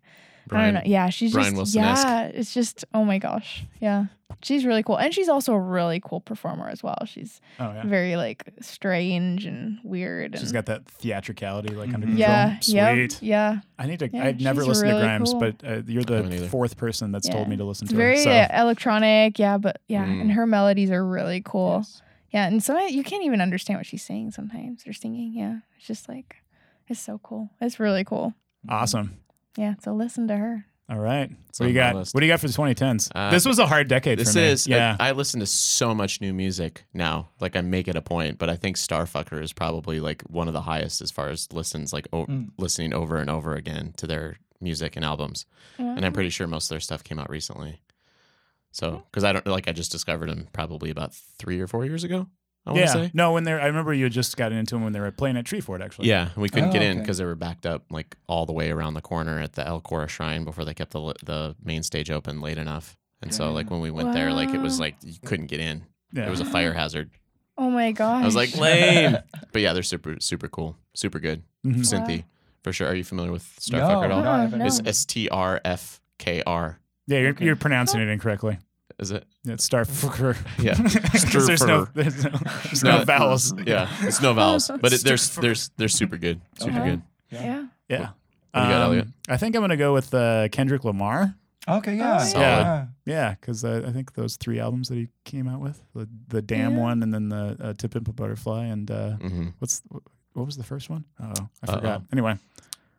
D: I don't know. Yeah, she's
A: Brian
D: just
A: Wilson-esque.
D: yeah, it's just oh my gosh. Yeah. She's really cool. And she's also a really cool performer as well. She's
B: Oh yeah.
D: very like strange and weird and
B: She's got that theatricality like under
C: Mhm.
B: control.
D: yeah, Mm-hmm. yeah,
B: Sweet.
D: yeah.
B: I need to.
D: Yeah,
B: I've never
D: she's
B: listened
D: really
B: to Grimes,
D: cool.
B: but uh, you're
A: haven't either.
B: the fourth person that's told
D: Yeah.
B: me to listen
D: It's
B: to
D: very
B: her. So
D: uh, electronic, yeah, but yeah,
A: Mm.
D: and her melodies are really cool.
C: Yes.
D: Yeah, and so you can't even understand what she's saying sometimes or singing. Yeah, it's just like it's so cool. It's really cool.
B: awesome.
D: Yeah, so listen to her.
B: All right.
A: It's
B: What do you
A: on my
B: got?
A: list.
B: What do you got for the 2010s?
A: Uh,
B: this was a hard decade.
A: This
B: for me.
A: is
B: yeah.
A: I, I listen to so much new music now. Like I make it a point, but I think Starfucker is probably like one of the highest as far as listens, like o-
C: Mm.
A: listening over and over again to their music and albums. And I'm
D: Wow.
A: pretty sure most of their stuff came out recently. So, because I don't like, I just discovered them probably about three or four years ago. I want to
B: yeah.
A: say.
B: No, when they're. I remember you had just gotten into them when they were playing at Treeford actually.
A: Yeah, and we couldn't
C: Oh,
A: get in
C: okay.
A: because they were backed up like all the way around the corner at the El Cora Shrine before they kept the li- the main stage open late enough. And so, like when we went there, like it was
D: Wow.
A: like you couldn't get in.
B: Yeah.
A: It was a fire hazard.
D: Oh my gosh.
A: I was like, lame. [LAUGHS] but yeah, they're super, super cool, super good.
B: Mhm.
A: Cynthia, for sure. Are you familiar with Starfucker
C: no,
A: at all?
C: No, I
D: Uh-uh,
C: haven't.
D: no.
A: It's
D: Oh.
A: S T R F K R.
B: Yeah, you're,
C: Okay.
B: you're pronouncing it incorrectly.
A: Is it?
B: It's [LAUGHS] Starfucker.
A: Yeah.
B: 'Cause there's no,
A: Stirfer.
B: there's no, there's no
A: No.
B: vowels.
A: Yeah, it's no vowels, but it, they're, they're they're super good, super
D: Okay.
A: good.
D: yeah.
B: Yeah.
A: What do you got,
B: Um,
A: Elliot?
B: I think I'm gonna go with uh, Kendrick Lamar.
C: Okay, yeah.
D: Solid.
B: Yeah. Yeah, because uh, I think those three albums that he came out with the the Damn
D: Yeah.
B: one, and then the uh, Tip Imp Butterfly, and uh,
A: Mm-hmm.
B: what's what was the first one? Oh, I
A: Uh-oh.
B: forgot. Anyway,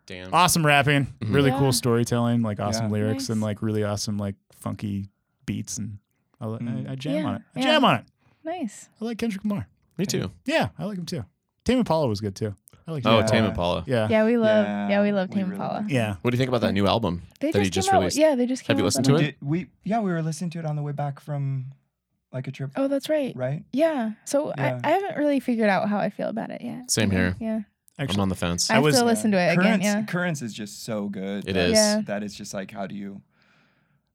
A: Damn.
B: awesome rapping,
A: Mhm.
B: really
D: Yeah.
B: cool storytelling, like awesome
C: Yeah.
B: lyrics, and
D: Nice.
B: like really awesome like funky beats, and I, li-
C: Mm.
B: I, I jam
D: Yeah,
B: on it. I
D: yeah.
B: jam on it.
D: Nice.
B: I like Kendrick Lamar.
A: Me too.
B: Yeah, I like him too. Tame Impala was good too. I like.
A: Oh,
C: Yeah.
A: Tame Impala.
B: Yeah.
D: Yeah, we love. Yeah,
C: Yeah,
D: we love
C: we
D: Tame
C: really
D: Impala.
C: do.
B: Yeah.
A: What do you think about that new album
D: They
A: that he just
D: came out-
A: released?
D: yeah, they just came
A: Have you
D: out
A: listened
D: with
A: to
D: one.
A: it?
C: Did we yeah, we were listening to it on the way back from like a trip,
D: Oh, that's right.
C: right?
D: Yeah. So
C: Yeah.
D: I, I haven't really figured out how I feel about it yet.
A: Same here.
D: Yeah.
A: I'm on the fence.
D: I,
B: I
D: have
B: was-
D: to listen to it again.
C: Currents,
D: Yeah.
C: Currents is just so good.
A: It
C: that-
A: is.
D: Yeah.
C: That is just like how do you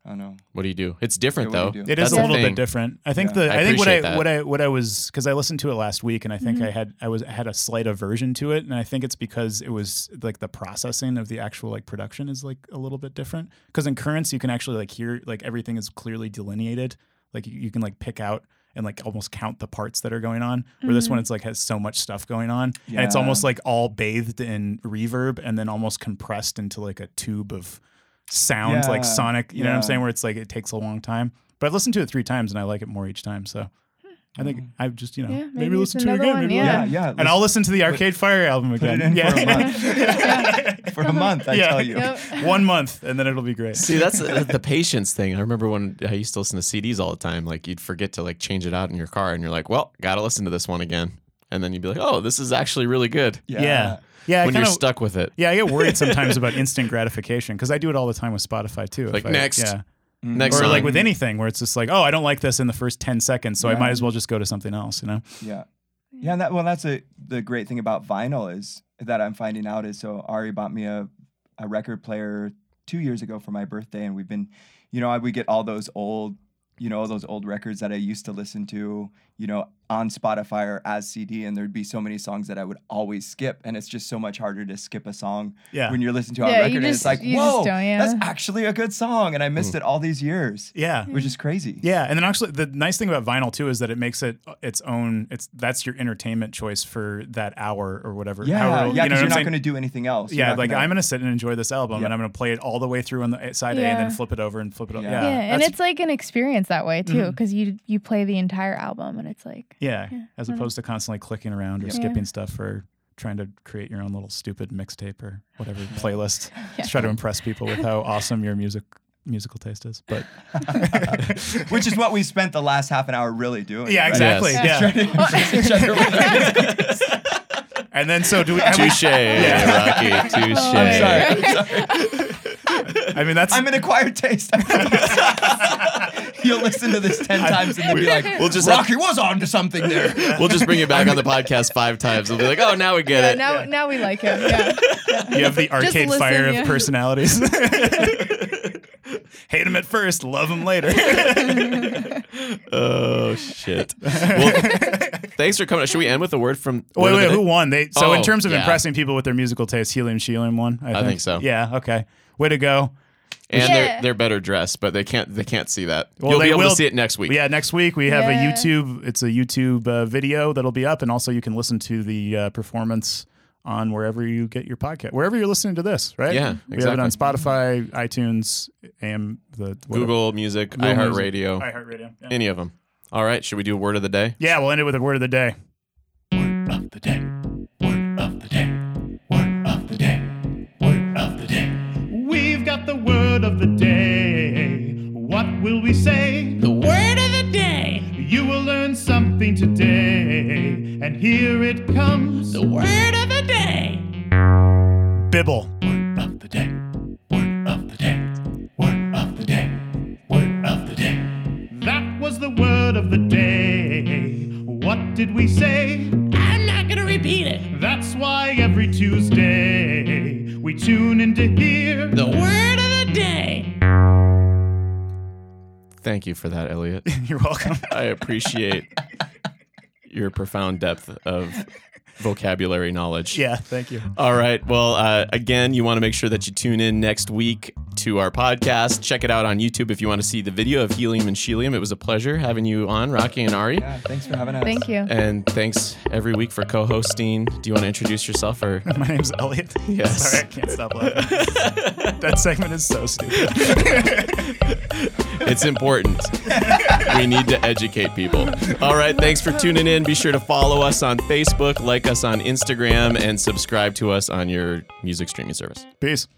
C: I don't know.
A: What do you do? It's different
C: Yeah,
A: though.
C: what do you do?
B: It
A: That's
B: is a
A: the
B: little
A: thing.
B: bit different. I think
C: Yeah.
B: the
A: I
B: I, think what I
A: appreciate that. Mm-hmm.
B: what I what I was because I listened to it last week and I think
D: Mhm.
B: I had I was had a slight aversion to it and I think it's because it was like the processing of the actual like production is like a little bit different because in currents you can actually like hear like everything is clearly delineated like you, you can like pick out and like almost count the parts that are going on where this
A: Mm-hmm.
D: Mhm.
B: one it's like has so much stuff going on and it's
C: Yeah.
B: almost like all bathed in reverb and then almost compressed into like a tube of sound like
C: Yeah.
B: sonic you know what i'm
C: Yeah.
B: saying where it's like it takes a long time. But I've listened to it three times and I like it more each time. So I think
C: Mm.
B: I've just, you know,
D: Yeah,
B: maybe,
D: maybe
B: listen
D: it's
B: to it
D: another
B: again.
D: one,
B: maybe-
C: Yeah,
D: yeah.
C: yeah.
B: And I'll listen to the Arcade Fire album
C: put
B: again.
C: it in
B: yeah.
C: for a month. [LAUGHS] for a month, I
B: Yeah.
C: tell you.
D: Yep.
B: [LAUGHS]
D: [LAUGHS]
B: One month and then it'll be great.
A: See,
C: [LAUGHS]
A: that's the, the patience thing. I remember when I used to listen to CDs all the time. Like you'd forget to like change it out in your car, and you're like, "Well, gotta listen to this one again." And then you'd be like, "Oh, this is actually really good."
B: Yeah. Yeah. I
A: when you're
B: kinda-
A: stuck with it,
B: Yeah, I get
C: [LAUGHS]
B: worried sometimes about instant gratification because I do it all the time with Spotify too. if
A: Like,
B: I-
A: next.
B: Yeah.
C: Mm.
A: Next
B: Or
A: song.
B: like with anything where it's just like, oh, I don't like this in the first 10 seconds, so I
C: Yeah.
B: might as well just go to something else, you know?
C: Yeah. Yeah, and that well that's a the great thing about vinyl is that I'm finding out is so Ari bought me a, a record player two years ago for my birthday and we've been you know, I would get all those old you know, all those old records that I used to listen to, you know, on Spotify or as CD and there'd be so many songs that I would always skip and it's just so much harder to skip a song
B: Yeah.
C: when you're listening to it
D: Yeah,
C: on
D: you
C: record and
D: just-
C: it's like,
D: you just
C: Whoa,
D: don't, yeah."
C: that's actually a good song and I missed it all these years.
B: Yeah.
C: Which
D: Mm.
C: is crazy.
B: Mm. Yeah, and then actually the nice thing about vinyl too is that it makes it uh, its own. It's that's your entertainment choice for that hour or whatever.
C: Yeah,
B: however,
C: yeah,
B: you know
C: because
B: what
C: you
B: I'm
C: are not
B: saying?
C: going to do anything else. You're
B: yeah,
C: not
B: like
C: gonna-
B: I'm gonna sit and enjoy this album, and
C: Yeah.
B: I'm gonna play it all the way through on the eh, side A, and
D: Yeah.
B: then flip it over and flip it. over.
C: Yeah.
B: Yeah,
D: Yeah, and
B: that's-
D: it's like an experience that way too,
A: Mm-hmm.
B: Mhm.
D: because you you play the entire album and it's like
B: yeah, as
D: yeah, I don't know.
B: opposed to constantly clicking around or
C: Yeah.
B: skipping stuff or trying to create your own little stupid mixtape or whatever
D: [LAUGHS]
B: playlist to try to impress people with how awesome your music musical taste is. But
C: which is what we spent the last half an hour really doing.
B: yeah,
C: right?
B: exactly.
A: Yes.
B: Yeah,
A: [LAUGHS]
B: and then so do we. have we- [LAUGHS]
A: touche,
D: [LAUGHS]
A: Rocky, touche.
D: Oh, I'm sorry.
B: I mean, that's
C: [LAUGHS] I'm an acquired taste. [LAUGHS] You'll listen to this ten times and then be like,
A: We'll just have-
C: Rocky was on to something there.
A: we'll just bring it back on
B: [LAUGHS]
A: the podcast five times. We'll be like, "Oh, now we get
D: Yeah,
A: it."
D: [LAUGHS] now now we like him.
C: [LAUGHS]
D: Yeah.
B: You have
D: [LAUGHS]
B: the arcade
D: listen,
B: fire of
D: yeah.
B: personalities.
D: [LAUGHS]
B: Hate him at first, love him later.
A: Oh
B: [LAUGHS]
A: shit. Well, thanks for coming. Should we end with a word from?
B: wait, wait, who won? They so in
A: Oh,
B: terms of
A: yeah.
B: impressing people with their musical taste, Helium Shelium won. I think.
A: think so.
B: Yeah. Okay. Way to go.
A: And
D: Yeah.
A: they're they're better dressed, but they can't they can't see that.
B: Well,
A: You'll
B: they
A: be able
B: will-
A: to see it next week.
B: Yeah. Next week we have
D: Yeah.
B: a YouTube. It's a YouTube uh, video that'll be up, and also you can listen to the uh, performance on wherever you get your podcast, wherever you're listening to this. Right.
A: Yeah,
B: We have it on Spotify, iTunes, AM, the whatever-
A: Google Music,
B: Google Music,
A: iHeartRadio,
B: iHeartRadio. Yeah.
A: any of them. All right, should we do word of the day?
B: yeah. We'll end it with a word of the day.
F: Word of the day. Word of the day. Word of the day. Word of the day. We've got the word of the day. What will we say? The word of the day. You will learn something today. And here it comes. The word
B: Bibble. [LAUGHS]
F: of the day. Word of the day. Word of the day. Word of the day. That was the word of the day. What did we say?
G: I'm not gonna repeat it.
F: That's why every Tuesday we tune in to hear
G: The word of the day.
A: Thank you for that, Elliot.
B: You're
F: [LAUGHS]
B: welcome.
A: I appreciate your profound depth of vocabulary knowledge.
B: Yeah, thank you.
A: All right. Well, uh, again, you want to make sure that you tune in next week to our podcast. Check it out on YouTube if you want to see the video of Helium and Shelium. It was a pleasure having you on, Rocky and Ari.
C: Yeah, thanks for having us.
D: Thank you.
A: And thanks every week for co hosting. Do you want to introduce yourself or?
B: My name's Elliot.
A: Yes.
B: Sorry, I can't stop laughing. that segment is so stupid.
A: It's important. we need to educate people. All right, thanks for tuning in. Be sure to follow us on Facebook, like us on Instagram, and subscribe to us on your music streaming service.
B: Peace.